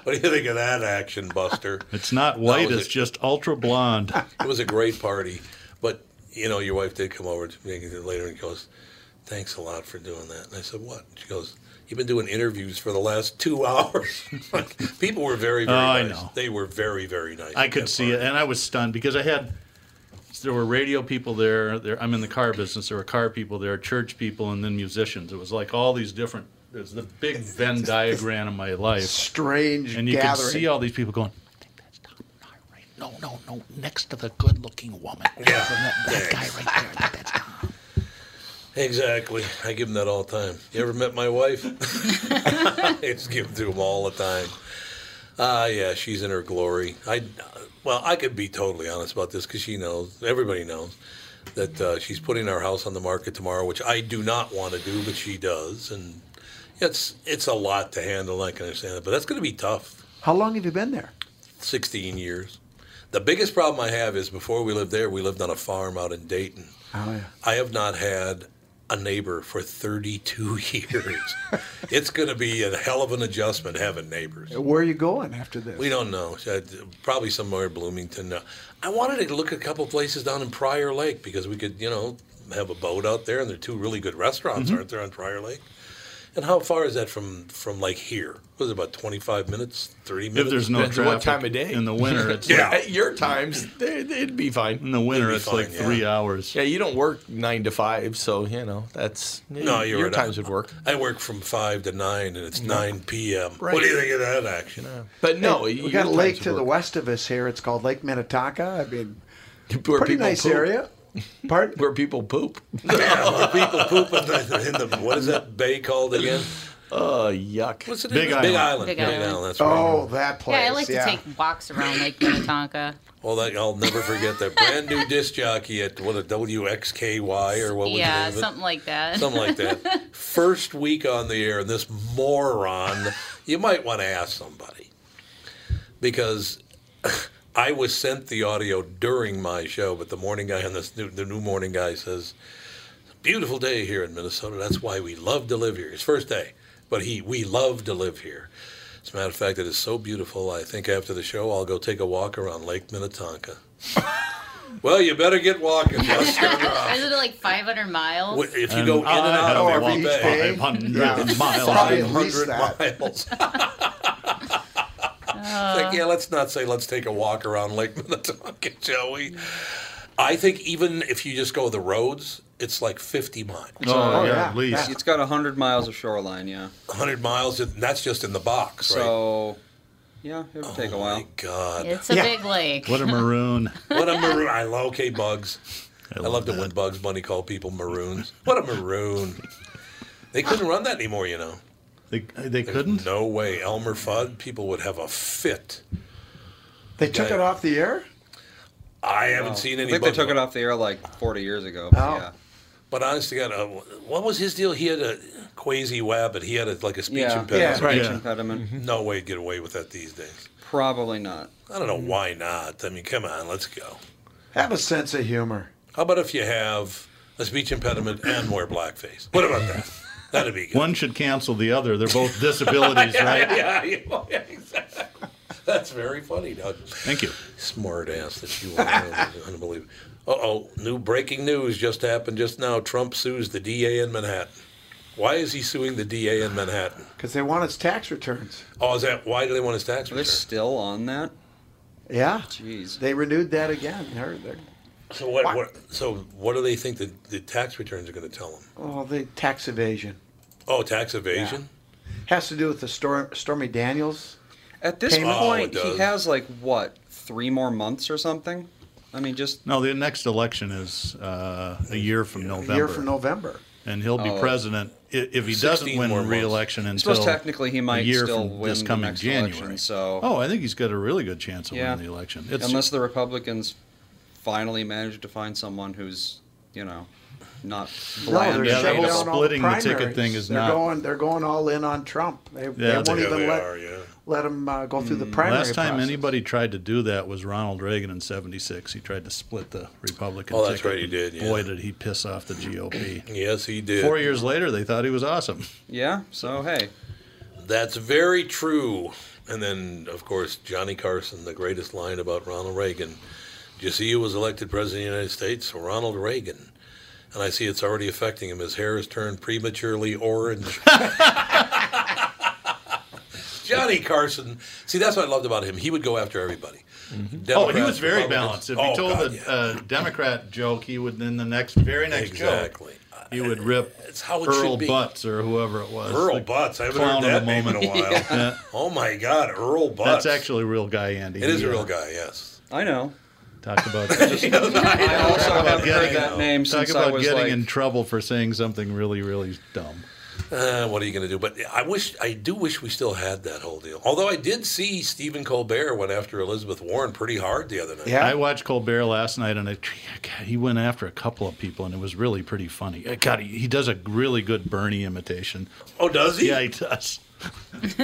Speaker 9: What do you think of that action, Buster?
Speaker 2: It's not
Speaker 9: No,
Speaker 2: white.
Speaker 9: it was
Speaker 2: it's just ultra blonde.
Speaker 9: It was a great party, but you know, your wife did come over to me later and goes, "Thanks a lot for doing that." And I said, "What?" And she goes, You've been doing interviews for the last two hours. People were very, very
Speaker 2: Oh, I
Speaker 9: nice.
Speaker 2: know.
Speaker 9: They were very, very nice.
Speaker 2: I could see it, and I was stunned because I had there were radio people there. There, I'm in the car business. There were car people there, church people, and then musicians. It was like all these different. There's the big Venn diagram of my life.
Speaker 3: Strange
Speaker 2: and you
Speaker 3: gathering.
Speaker 2: could see all these people going. No, no, no. Next to the good-looking woman.
Speaker 9: Yeah.
Speaker 2: That, that guy right there.
Speaker 9: Exactly. I give them that all the time. You ever met my wife? I just give them to them all the time. Ah, yeah, she's in her glory. I, well, I could be totally honest about this because she knows, everybody knows, that uh, she's putting our house on the market tomorrow, which I do not want to do, but she does, and it's it's a lot to handle. I can understand it, but that's going to be tough.
Speaker 3: How long have you been there?
Speaker 9: 16 years. The biggest problem I have is before we lived there, we lived on a farm out in Dayton.
Speaker 3: Oh, yeah.
Speaker 9: I have not had a neighbor for 32 years. it's going to be a hell of an adjustment having neighbors.
Speaker 3: Where are you going after this?
Speaker 9: We don't know. Uh, Probably somewhere in Bloomington. Uh, I wanted to look at a couple places down in Prior Lake because we could, you know, have a boat out there, and there are two really good restaurants,
Speaker 2: Mm-hmm.
Speaker 15: Mhm.
Speaker 9: aren't there, on Prior Lake? And how far is that from from like here? Was it about twenty five minutes, thirty minutes?
Speaker 2: If there's no
Speaker 9: Depends on
Speaker 2: traffic in the winter, it's
Speaker 9: yeah,
Speaker 2: like-
Speaker 9: at your times
Speaker 4: they, they'd be fine.
Speaker 2: In the winter,
Speaker 4: It'd be
Speaker 2: it's like
Speaker 4: fine, yeah.
Speaker 2: three hours.
Speaker 4: Yeah, you don't work nine to five, so you know that's
Speaker 9: No, you're
Speaker 4: your
Speaker 9: right.
Speaker 4: times would work.
Speaker 9: I work from five to nine, and it's
Speaker 4: Yeah.
Speaker 9: nine p.m.
Speaker 4: Right.
Speaker 9: What do you think of that action?
Speaker 4: But no,
Speaker 3: Hey, we got a lake to the west of us here. It's called Lake Minnetonka. I mean, pretty
Speaker 9: people
Speaker 3: nice
Speaker 9: poop.
Speaker 3: area. Pardon?
Speaker 4: Where people poop.
Speaker 9: Yeah, where people poop in the, in the what is that bay called again?
Speaker 4: Oh, yuck!
Speaker 9: What's it
Speaker 4: Big
Speaker 9: Big,
Speaker 4: Island.
Speaker 9: Island.
Speaker 1: Big
Speaker 9: Big
Speaker 1: Island.
Speaker 9: Island, That's
Speaker 3: Oh,
Speaker 9: right.
Speaker 3: that
Speaker 1: yeah, I like to take walks around Lake Minnetonka.
Speaker 9: Well, that, I'll never forget that brand new disc jockey at what a WXKY or what was
Speaker 1: yeah,
Speaker 9: the name of it?
Speaker 1: something like that.
Speaker 9: Something like that. First week on the air, and this moron, you might want to ask somebody because I was sent the audio during my show, but the morning guy on this new, the new morning guy says, "Beautiful day here in Minnesota. That's why we love to live here." His first day, but he we love to live here. As a matter of fact, it is so beautiful. I think after the show, I'll go take a walk around Lake Minnetonka. well, you better get walking. Buster.
Speaker 1: Isn't it like 500 miles?
Speaker 9: Wh- If you go in and
Speaker 2: I
Speaker 9: out of
Speaker 2: walked
Speaker 9: every bay,
Speaker 2: 500 Yeah. miles. Probably at least
Speaker 9: 500 miles. It's like, yeah, let's not say let's take a walk around Lake Minnetonka, shall we? I think even if you just go the roads, it's like 50 miles.
Speaker 2: Oh,
Speaker 5: So, It's got 100 miles of shoreline, yeah.
Speaker 9: 100 miles, and that's just in the box, right?
Speaker 5: So, yeah, it would take a while.
Speaker 9: My God.
Speaker 1: It's a big lake.
Speaker 2: maroon.
Speaker 9: what a maroon. I love, okay, Bugs. I, loved it when Bugs Bunny called people maroons. What a maroon. They couldn't run that anymore, you know.
Speaker 2: They, they couldn't?
Speaker 9: No way. Elmer Fudd, people would have a fit.
Speaker 3: They took
Speaker 9: Yeah.
Speaker 3: it off the air?
Speaker 9: I haven't
Speaker 5: No.
Speaker 9: seen
Speaker 5: I
Speaker 9: any.
Speaker 5: think they took it off the air like 40 years ago. but yeah.
Speaker 9: But honestly, God, uh, what was his deal? He had a quasi wabbit. He had a, like a speech
Speaker 5: Yeah.
Speaker 9: impediment.
Speaker 5: Yeah, Mm-hmm. Right. speech Yeah. impediment.
Speaker 9: No way to get away with that these days.
Speaker 5: Probably not.
Speaker 9: I don't know why not. I mean, come on, let's go.
Speaker 3: Have a sense of humor.
Speaker 9: How about if you have a speech impediment and wear blackface? What about that? That'd be good.
Speaker 2: One should cancel the other. They're both disabilities,
Speaker 9: Yeah,
Speaker 2: right?
Speaker 9: Yeah, yeah, yeah, exactly. That's very funny, Doug.
Speaker 2: Thank you.
Speaker 9: Smart ass that you are. Unbelievable. Uh oh, new breaking news just happened just now. Trump sues the DA in Manhattan. Why is he suing the DA in Manhattan?
Speaker 3: Because they want its tax returns.
Speaker 9: Oh, is that why do they want his tax return? They're
Speaker 5: still on that.
Speaker 3: Yeah.
Speaker 5: Jeez.
Speaker 3: They renewed that again. They're, they're,
Speaker 9: So what, what? So what do they think the, the tax returns are going to tell them?
Speaker 3: oh, the tax evasion.
Speaker 9: Oh, tax evasion.
Speaker 3: Has to do with the Stor- Stormy Daniels.
Speaker 5: At this
Speaker 3: payment.
Speaker 5: point, he has like, what, three more months or something? I mean, just
Speaker 2: No, the next election is uh, a year from November.
Speaker 5: from
Speaker 3: November.
Speaker 2: And he'll be
Speaker 5: Oh.
Speaker 2: president i- if he doesn't
Speaker 5: 16
Speaker 2: win
Speaker 5: more months.
Speaker 2: re-election
Speaker 5: I
Speaker 2: until
Speaker 5: suppose technically he might
Speaker 2: a year
Speaker 5: still
Speaker 2: from
Speaker 5: win
Speaker 2: this
Speaker 5: the
Speaker 2: coming
Speaker 5: next
Speaker 2: January.
Speaker 5: election, so-
Speaker 2: oh, I think he's got a really good chance of
Speaker 5: yeah.
Speaker 2: winning the election.
Speaker 5: Unless the Republicans finally manage to find someone who's, you know, not bland.
Speaker 3: they're
Speaker 5: and
Speaker 3: shutting
Speaker 5: hateable.
Speaker 3: down all primaries. they're Going, they're going all in on Trump. They, they won't even let, let him uh, go through the primary
Speaker 2: Mm. Last time
Speaker 3: process.
Speaker 2: anybody tried to do that was Ronald Reagan in '76. He tried to split the Republican.
Speaker 9: Oh, that's
Speaker 2: ticket.
Speaker 9: right, he did, yeah.
Speaker 2: Boy, did he piss off the GOP.
Speaker 9: Yes, he did.
Speaker 2: Four years later, they thought he was awesome.
Speaker 5: Yeah. So hey,
Speaker 9: That's very true. And then, of course, Johnny Carson, the greatest line about Ronald Reagan. Did you see who was elected president of the United States? Ronald Reagan. And I see it's already affecting him. His hair has turned prematurely orange. Johnny Carson. See, that's what I loved about him. He would go after everybody.
Speaker 3: Mm-hmm.
Speaker 2: oh, he
Speaker 9: Democrats,
Speaker 2: was very balanced.
Speaker 9: Republicans.
Speaker 2: If
Speaker 9: Oh,
Speaker 2: he told
Speaker 9: God,
Speaker 2: a, a Democrat joke, he would then the next, very next
Speaker 9: Exactly.
Speaker 2: joke, he would rip
Speaker 9: It's how it
Speaker 2: Earl
Speaker 9: should be.
Speaker 2: Butts or whoever it was.
Speaker 9: Earl
Speaker 2: the
Speaker 9: Butts. I haven't
Speaker 2: clown of
Speaker 9: heard that
Speaker 2: the
Speaker 9: name in a
Speaker 2: moment.
Speaker 9: while.
Speaker 2: Yeah.
Speaker 9: Oh my God, Earl Butts.
Speaker 2: That's actually a real guy, Andy.
Speaker 9: It is
Speaker 2: He,
Speaker 9: a real
Speaker 2: uh,
Speaker 9: guy. Yes.
Speaker 5: I know.
Speaker 2: Talked about.
Speaker 5: I also
Speaker 2: Talk about
Speaker 5: haven't heard
Speaker 2: getting-
Speaker 5: that name
Speaker 2: Talk
Speaker 5: since
Speaker 2: about
Speaker 5: I was
Speaker 2: getting
Speaker 5: like.
Speaker 2: in trouble for saying something really, really dumb.
Speaker 9: Uh, what are you going to do? But I wish, I do wish we still had that whole deal. Although I did see Stephen Colbert went after Elizabeth Warren pretty hard the other night.
Speaker 2: I watched Colbert last night, and I, God, he went after a couple of people, and it was really pretty funny. Uh, God, he, he does a really good Bernie imitation.
Speaker 9: Oh, does he?
Speaker 2: Yeah, he does.
Speaker 16: He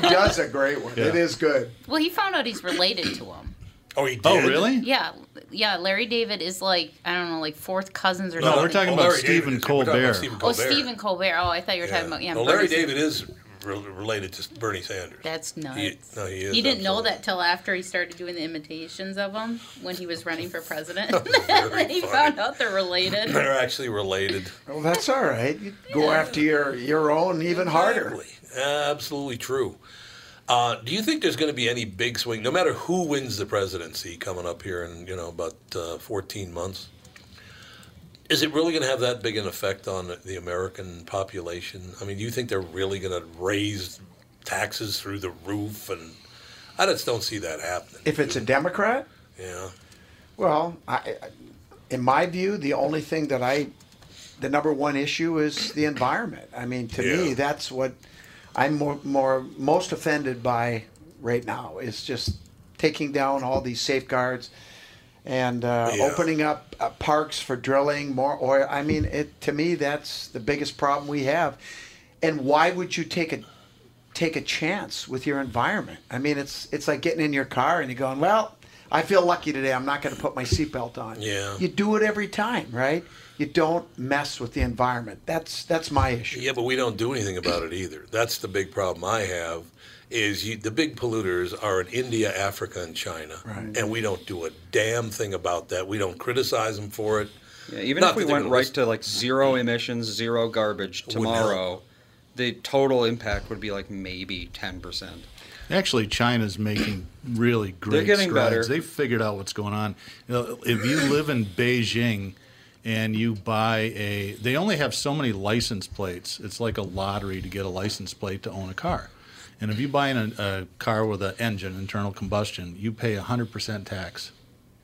Speaker 16: does a great one.
Speaker 2: Yeah.
Speaker 16: It is good.
Speaker 1: Well, he found out he's related to him.
Speaker 9: Oh, he did.
Speaker 2: Oh, really?
Speaker 1: Yeah, yeah. Larry David is like I don't know, like fourth cousins or
Speaker 2: No,
Speaker 1: something.
Speaker 2: we're talking
Speaker 9: Oh,
Speaker 2: about
Speaker 9: Larry David
Speaker 2: Stephen
Speaker 9: is- we're talking about
Speaker 2: Colbert.
Speaker 9: Stephen
Speaker 1: Oh,
Speaker 9: Colbert.
Speaker 1: Stephen Colbert. Oh, I thought you were talking about yeah.
Speaker 9: No, Larry
Speaker 1: Bernie's-
Speaker 9: David is re- related to Bernie Sanders.
Speaker 1: That's nuts.
Speaker 9: He, no, he is.
Speaker 1: He didn't know that till after he started doing the imitations of them when he was running for president. then he found out they're related.
Speaker 9: They're actually related.
Speaker 3: Well, that's all right. You go after your your own even harder.
Speaker 9: Absolutely true. Uh, do you think there's going to be any big swing, no matter who wins the presidency coming up here in you know about uh, 14 months? Is it really going to have that big an effect on the American population? I mean, do you think they're really going to raise taxes through the roof? And I just don't see that happening.
Speaker 3: If it's a Democrat,
Speaker 9: Yeah.
Speaker 3: well, I, I- in my view, the only thing that I, the number one issue is the environment. I mean, to me, that's what I'm more, more most offended by right now is just taking down all these safeguards and uh,
Speaker 9: Yeah.
Speaker 3: opening up uh, parks for drilling more oil. I mean, it to me that's the biggest problem we have. And why would you take a take a chance with your environment? I mean, it's it's like getting in your car and you're going, well, I feel lucky today. I'm not going to put my seatbelt on.
Speaker 9: Yeah.
Speaker 3: You do it every time, right? You don't mess with the environment. That's that's my issue.
Speaker 9: Yeah, but we don't do anything about it either. That's the big problem I have. Is you, the big polluters are in India, Africa, and China,
Speaker 5: Right.
Speaker 9: and we don't do a damn thing about that. We don't criticize them for it.
Speaker 5: Yeah, even
Speaker 9: Not
Speaker 5: if we
Speaker 9: that they're
Speaker 5: went
Speaker 9: gonna
Speaker 5: right to like zero emissions, zero garbage
Speaker 9: Wouldn't help.
Speaker 5: tomorrow, the total impact would be like maybe ten percent.
Speaker 2: Actually, China's making really great
Speaker 5: They're getting
Speaker 2: strides.
Speaker 5: better.
Speaker 2: They've figured out what's going on. You know, if you live in Beijing and you buy a, they only have so many license plates. It's like a lottery to get a license plate to own a car. And if you buy an, a car with an engine, internal combustion, you pay 100% tax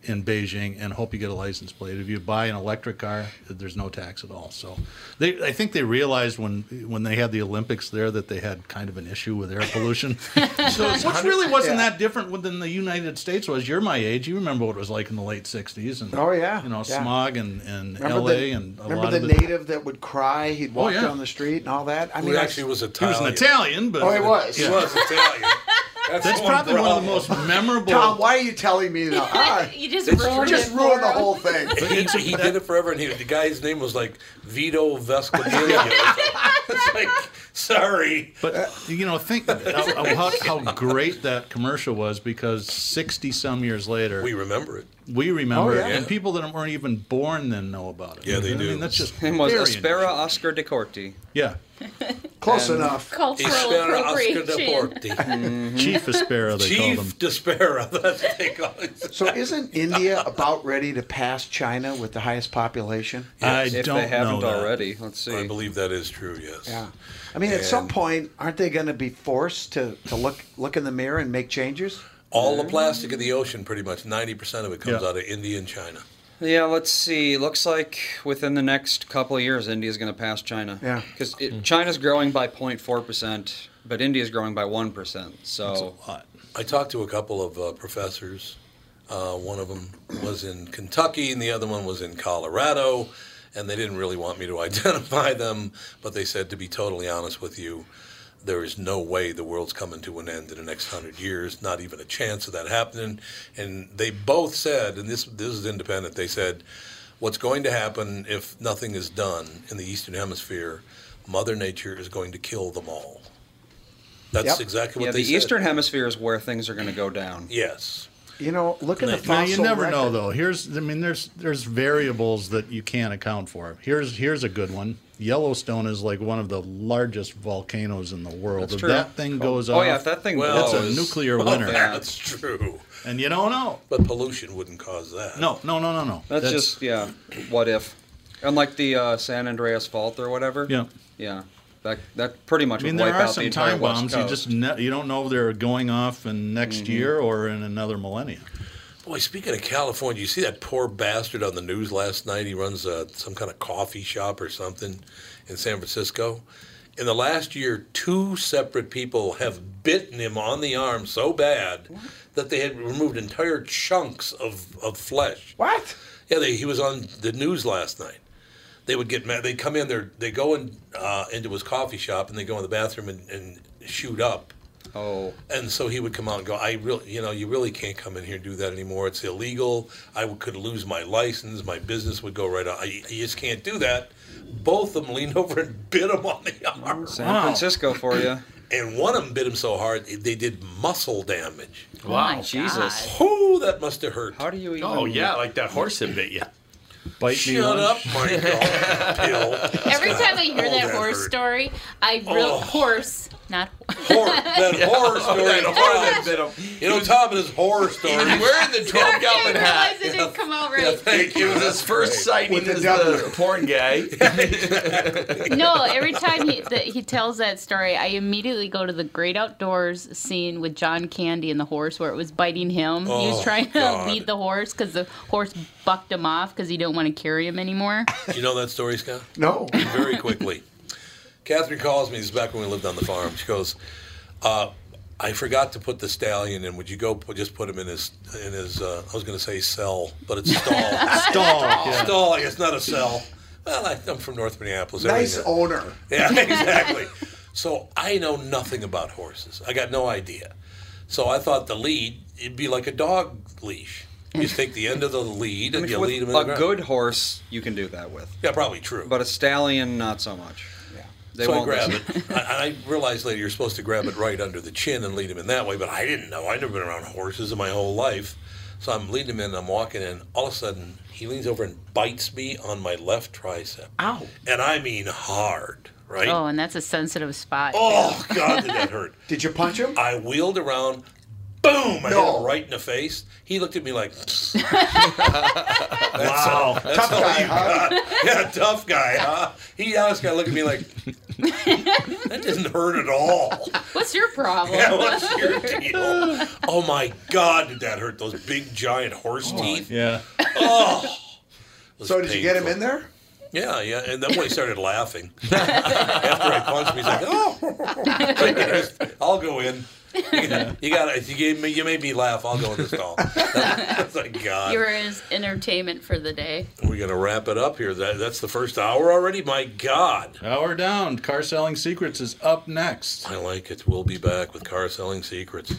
Speaker 2: in Beijing and hope you get a license plate. If you buy an electric car, there's no tax at all. So they, I think they realized when when they had the Olympics there that they had kind of an issue with air pollution. so
Speaker 9: it's
Speaker 2: which
Speaker 9: 100
Speaker 2: really wasn't
Speaker 9: yeah.
Speaker 2: that different than the United States was. You're my age. You remember what it was like in the late '60s and
Speaker 3: Oh, yeah.
Speaker 2: you know
Speaker 3: Yeah.
Speaker 2: smog and and
Speaker 3: Remember
Speaker 2: LA
Speaker 3: the,
Speaker 2: and a
Speaker 3: remember
Speaker 2: lot
Speaker 3: the
Speaker 2: of
Speaker 3: native that would cry? He'd
Speaker 2: Oh,
Speaker 3: walk
Speaker 2: yeah.
Speaker 3: down the street and all that. I
Speaker 2: Who
Speaker 3: mean, I-
Speaker 2: actually was Italian. He was an Italian, but-
Speaker 3: oh, he was.
Speaker 2: Yeah. He was
Speaker 9: Italian.
Speaker 2: That's, probably one of the most memorable.
Speaker 3: Tom, why are you telling me that? Ah,
Speaker 1: you just
Speaker 3: this-
Speaker 1: ruined
Speaker 3: just
Speaker 1: it for
Speaker 3: ruined the
Speaker 1: him.
Speaker 3: whole thing.
Speaker 9: he, he did it forever, and he, the guy's name was like Vito Vescovillo. it's like, sorry.
Speaker 2: But you know, think how, how, how great that commercial was because sixty some years later,
Speaker 9: we remember it.
Speaker 2: We remember
Speaker 5: Oh, yeah.
Speaker 2: it, and people that weren't even born then know about it.
Speaker 5: Yeah, they
Speaker 2: I mean,
Speaker 5: do.
Speaker 2: that's just
Speaker 5: His name was
Speaker 2: very-
Speaker 5: Aspera Oscar de Corti.
Speaker 2: Yeah,
Speaker 3: Close
Speaker 5: And-
Speaker 3: enough.
Speaker 1: Cultural
Speaker 9: Espera Oscar de
Speaker 1: appropriation.
Speaker 9: Porte.
Speaker 5: Mm-hmm.
Speaker 2: Chief Aspera, they
Speaker 9: Chief
Speaker 2: called him.
Speaker 9: Despera. That's what they call him.
Speaker 3: So isn't India about ready to pass China with the highest population?
Speaker 5: Yes, if they haven't already. Let's see.
Speaker 9: I believe that is true. Yes.
Speaker 3: Yeah. I mean, at some point, aren't they going to be forced to, to look look in the mirror and make changes?
Speaker 9: All the plastic in the ocean, pretty much ninety percent of it comes out of India and China.
Speaker 5: Yeah, let's see. Looks like within the next couple of years, India's going to pass China.
Speaker 9: Yeah.
Speaker 5: because China's growing by 0.4 percent, but India's growing by one percent. So
Speaker 9: I talked to a couple of uh, professors. Uh, one of them was in Kentucky, and the other one was in Colorado. And they didn't really want me to identify them, but they said, to be totally honest with you, there is no way the world's coming to an end in the next hundred years. Not even a chance of that happening. And they both said, and this this is independent. They said, what's going to happen if nothing is done in the Eastern Hemisphere? Mother Nature is going to kill them all. That's exactly what
Speaker 5: yeah,
Speaker 9: they
Speaker 5: the
Speaker 9: said.
Speaker 5: Eastern Hemisphere is where things are going to go down.
Speaker 9: Yes.
Speaker 3: You know, look at the
Speaker 2: Now,
Speaker 3: fossil
Speaker 2: you never
Speaker 3: record.
Speaker 2: know though. Here's I mean there's there's variables that you can't account for. Here's here's a good one. Yellowstone is like one of the largest volcanoes in the world.
Speaker 5: That's
Speaker 2: if
Speaker 5: true.
Speaker 2: that thing goes
Speaker 5: Oh,
Speaker 2: off,
Speaker 5: yeah, if that thing
Speaker 2: that's
Speaker 5: blows-
Speaker 2: a nuclear
Speaker 5: Well,
Speaker 2: winter.
Speaker 9: That's true.
Speaker 2: And you don't know.
Speaker 9: But pollution wouldn't cause that.
Speaker 2: No, no, no, no, no.
Speaker 5: That's, just yeah. What if? Unlike the uh, San Andreas Fault or whatever.
Speaker 2: Yeah.
Speaker 5: Yeah. That that pretty much
Speaker 2: I mean,
Speaker 5: would wipe
Speaker 2: there are
Speaker 5: out the
Speaker 2: some
Speaker 5: entire
Speaker 2: time
Speaker 5: West
Speaker 2: bombs. You
Speaker 5: Coast. Mm-hmm.
Speaker 2: just ne- you don't know if they're going off in next
Speaker 9: Mhm.
Speaker 2: year or in another millennium.
Speaker 9: Boy, speaking of California, you see that poor bastard on the news last night? He runs uh some kind of coffee shop or something in San Francisco. In the last year, two separate people have bitten him on the arm so bad that they had removed entire chunks of, of flesh.
Speaker 3: What?
Speaker 9: Yeah, they, he was on the news last night. They would get mad. They come in there. They go in uh, into his coffee shop and they go in the bathroom and, and shoot up.
Speaker 5: Oh.
Speaker 9: And so he would come out and go, I really, you know, you really can't come in here and do that anymore. It's illegal. I w- could lose my license. My business would go right out. I, you just can't do that. Both of them leaned over and bit him on the arm.
Speaker 5: San Francisco for you.
Speaker 9: And one of them bit him so hard, they did muscle damage.
Speaker 5: Oh my Wow. Jesus.
Speaker 9: Whoo, that must have hurt. How
Speaker 5: do you
Speaker 4: Oh yeah, like that horse that bit you.
Speaker 2: Bite
Speaker 9: Shut up, my God, Bill.
Speaker 1: Every time I hear
Speaker 9: Oh,
Speaker 1: that,
Speaker 9: that
Speaker 1: horse
Speaker 9: hurt.
Speaker 1: story, I real
Speaker 9: Oh.
Speaker 1: horse, not
Speaker 9: That horror story.
Speaker 4: that horror that bit him.
Speaker 9: You know, Tom and his horror story.
Speaker 4: He's wearing the twelve
Speaker 1: I
Speaker 4: gallon
Speaker 1: didn't
Speaker 4: hat.
Speaker 1: realize it didn't come out
Speaker 4: Yeah,
Speaker 1: right.
Speaker 4: thank you. It was his first sighting
Speaker 9: With the
Speaker 4: as
Speaker 9: W.
Speaker 4: the porn guy.
Speaker 1: No, every time he that he tells that story, I immediately go to the Great Outdoors scene with John Candy and the horse, where it was biting him. he
Speaker 9: Oh,
Speaker 1: was trying to
Speaker 9: God.
Speaker 1: lead the horse because the horse bucked him off because he didn't want to carry him anymore.
Speaker 9: You know that story, Scott?
Speaker 3: No.
Speaker 9: Very quickly. Catherine calls me. This is back when we lived on the farm. She goes, uh, "I forgot to put the stallion in. Would you go put, just put him in his in his? Uh, I was going to say cell, but it's stall.
Speaker 3: Stall, yeah.
Speaker 9: Stall. It's not a cell. Well, I, I'm from North Minneapolis.
Speaker 3: Nice
Speaker 9: Everything-
Speaker 3: owner.
Speaker 9: yeah, exactly. so I know nothing about horses. I got no idea. So I thought the lead it'd be like a dog leash. You just take the end of the lead
Speaker 5: I
Speaker 9: and
Speaker 5: mean,
Speaker 9: you
Speaker 5: with
Speaker 9: lead him. In the
Speaker 5: a
Speaker 9: ground.
Speaker 5: good horse, you can do that with.
Speaker 9: Yeah, probably true.
Speaker 5: But a stallion, not so much. Yeah. They
Speaker 9: so
Speaker 5: won't
Speaker 9: I grab
Speaker 5: listen.
Speaker 9: it. I, I realized later you're supposed to grab it right under the chin and lead him in that way, but I didn't know. I'd never been around horses in my whole life. So I'm leading him in, and I'm walking in. All of a sudden, he leans over and bites me on my left tricep.
Speaker 1: Ow.
Speaker 9: And I mean hard, right?
Speaker 1: Oh, and that's a sensitive spot.
Speaker 9: Oh, God, did that hurt.
Speaker 3: Did you punch him?
Speaker 9: I wheeled around. Boom! I hit him right in the face. He looked at me like, that's wow. that's
Speaker 3: Tough
Speaker 9: all
Speaker 3: guy,
Speaker 9: you
Speaker 3: huh?
Speaker 9: got. Yeah, tough guy, huh? He honest guy looked at me like, that didn't hurt at all.
Speaker 1: What's your problem?
Speaker 9: Yeah, what's your deal? Oh my God, did that hurt? Those big giant horse teeth.
Speaker 2: Yeah.
Speaker 9: Oh.
Speaker 3: So did you get him in there?
Speaker 9: Yeah, yeah, and then when he started laughing after I punched him, he's like, "Oh, I'll go in." You got it. You gave me. You made me laugh. I'll go in the stall. Thank God.
Speaker 1: You were his entertainment for the day.
Speaker 9: We're gonna wrap it up here. That, that's the first hour already. My God.
Speaker 2: Hour down. Car selling secrets is up next.
Speaker 9: I like it. We'll be back with car selling secrets.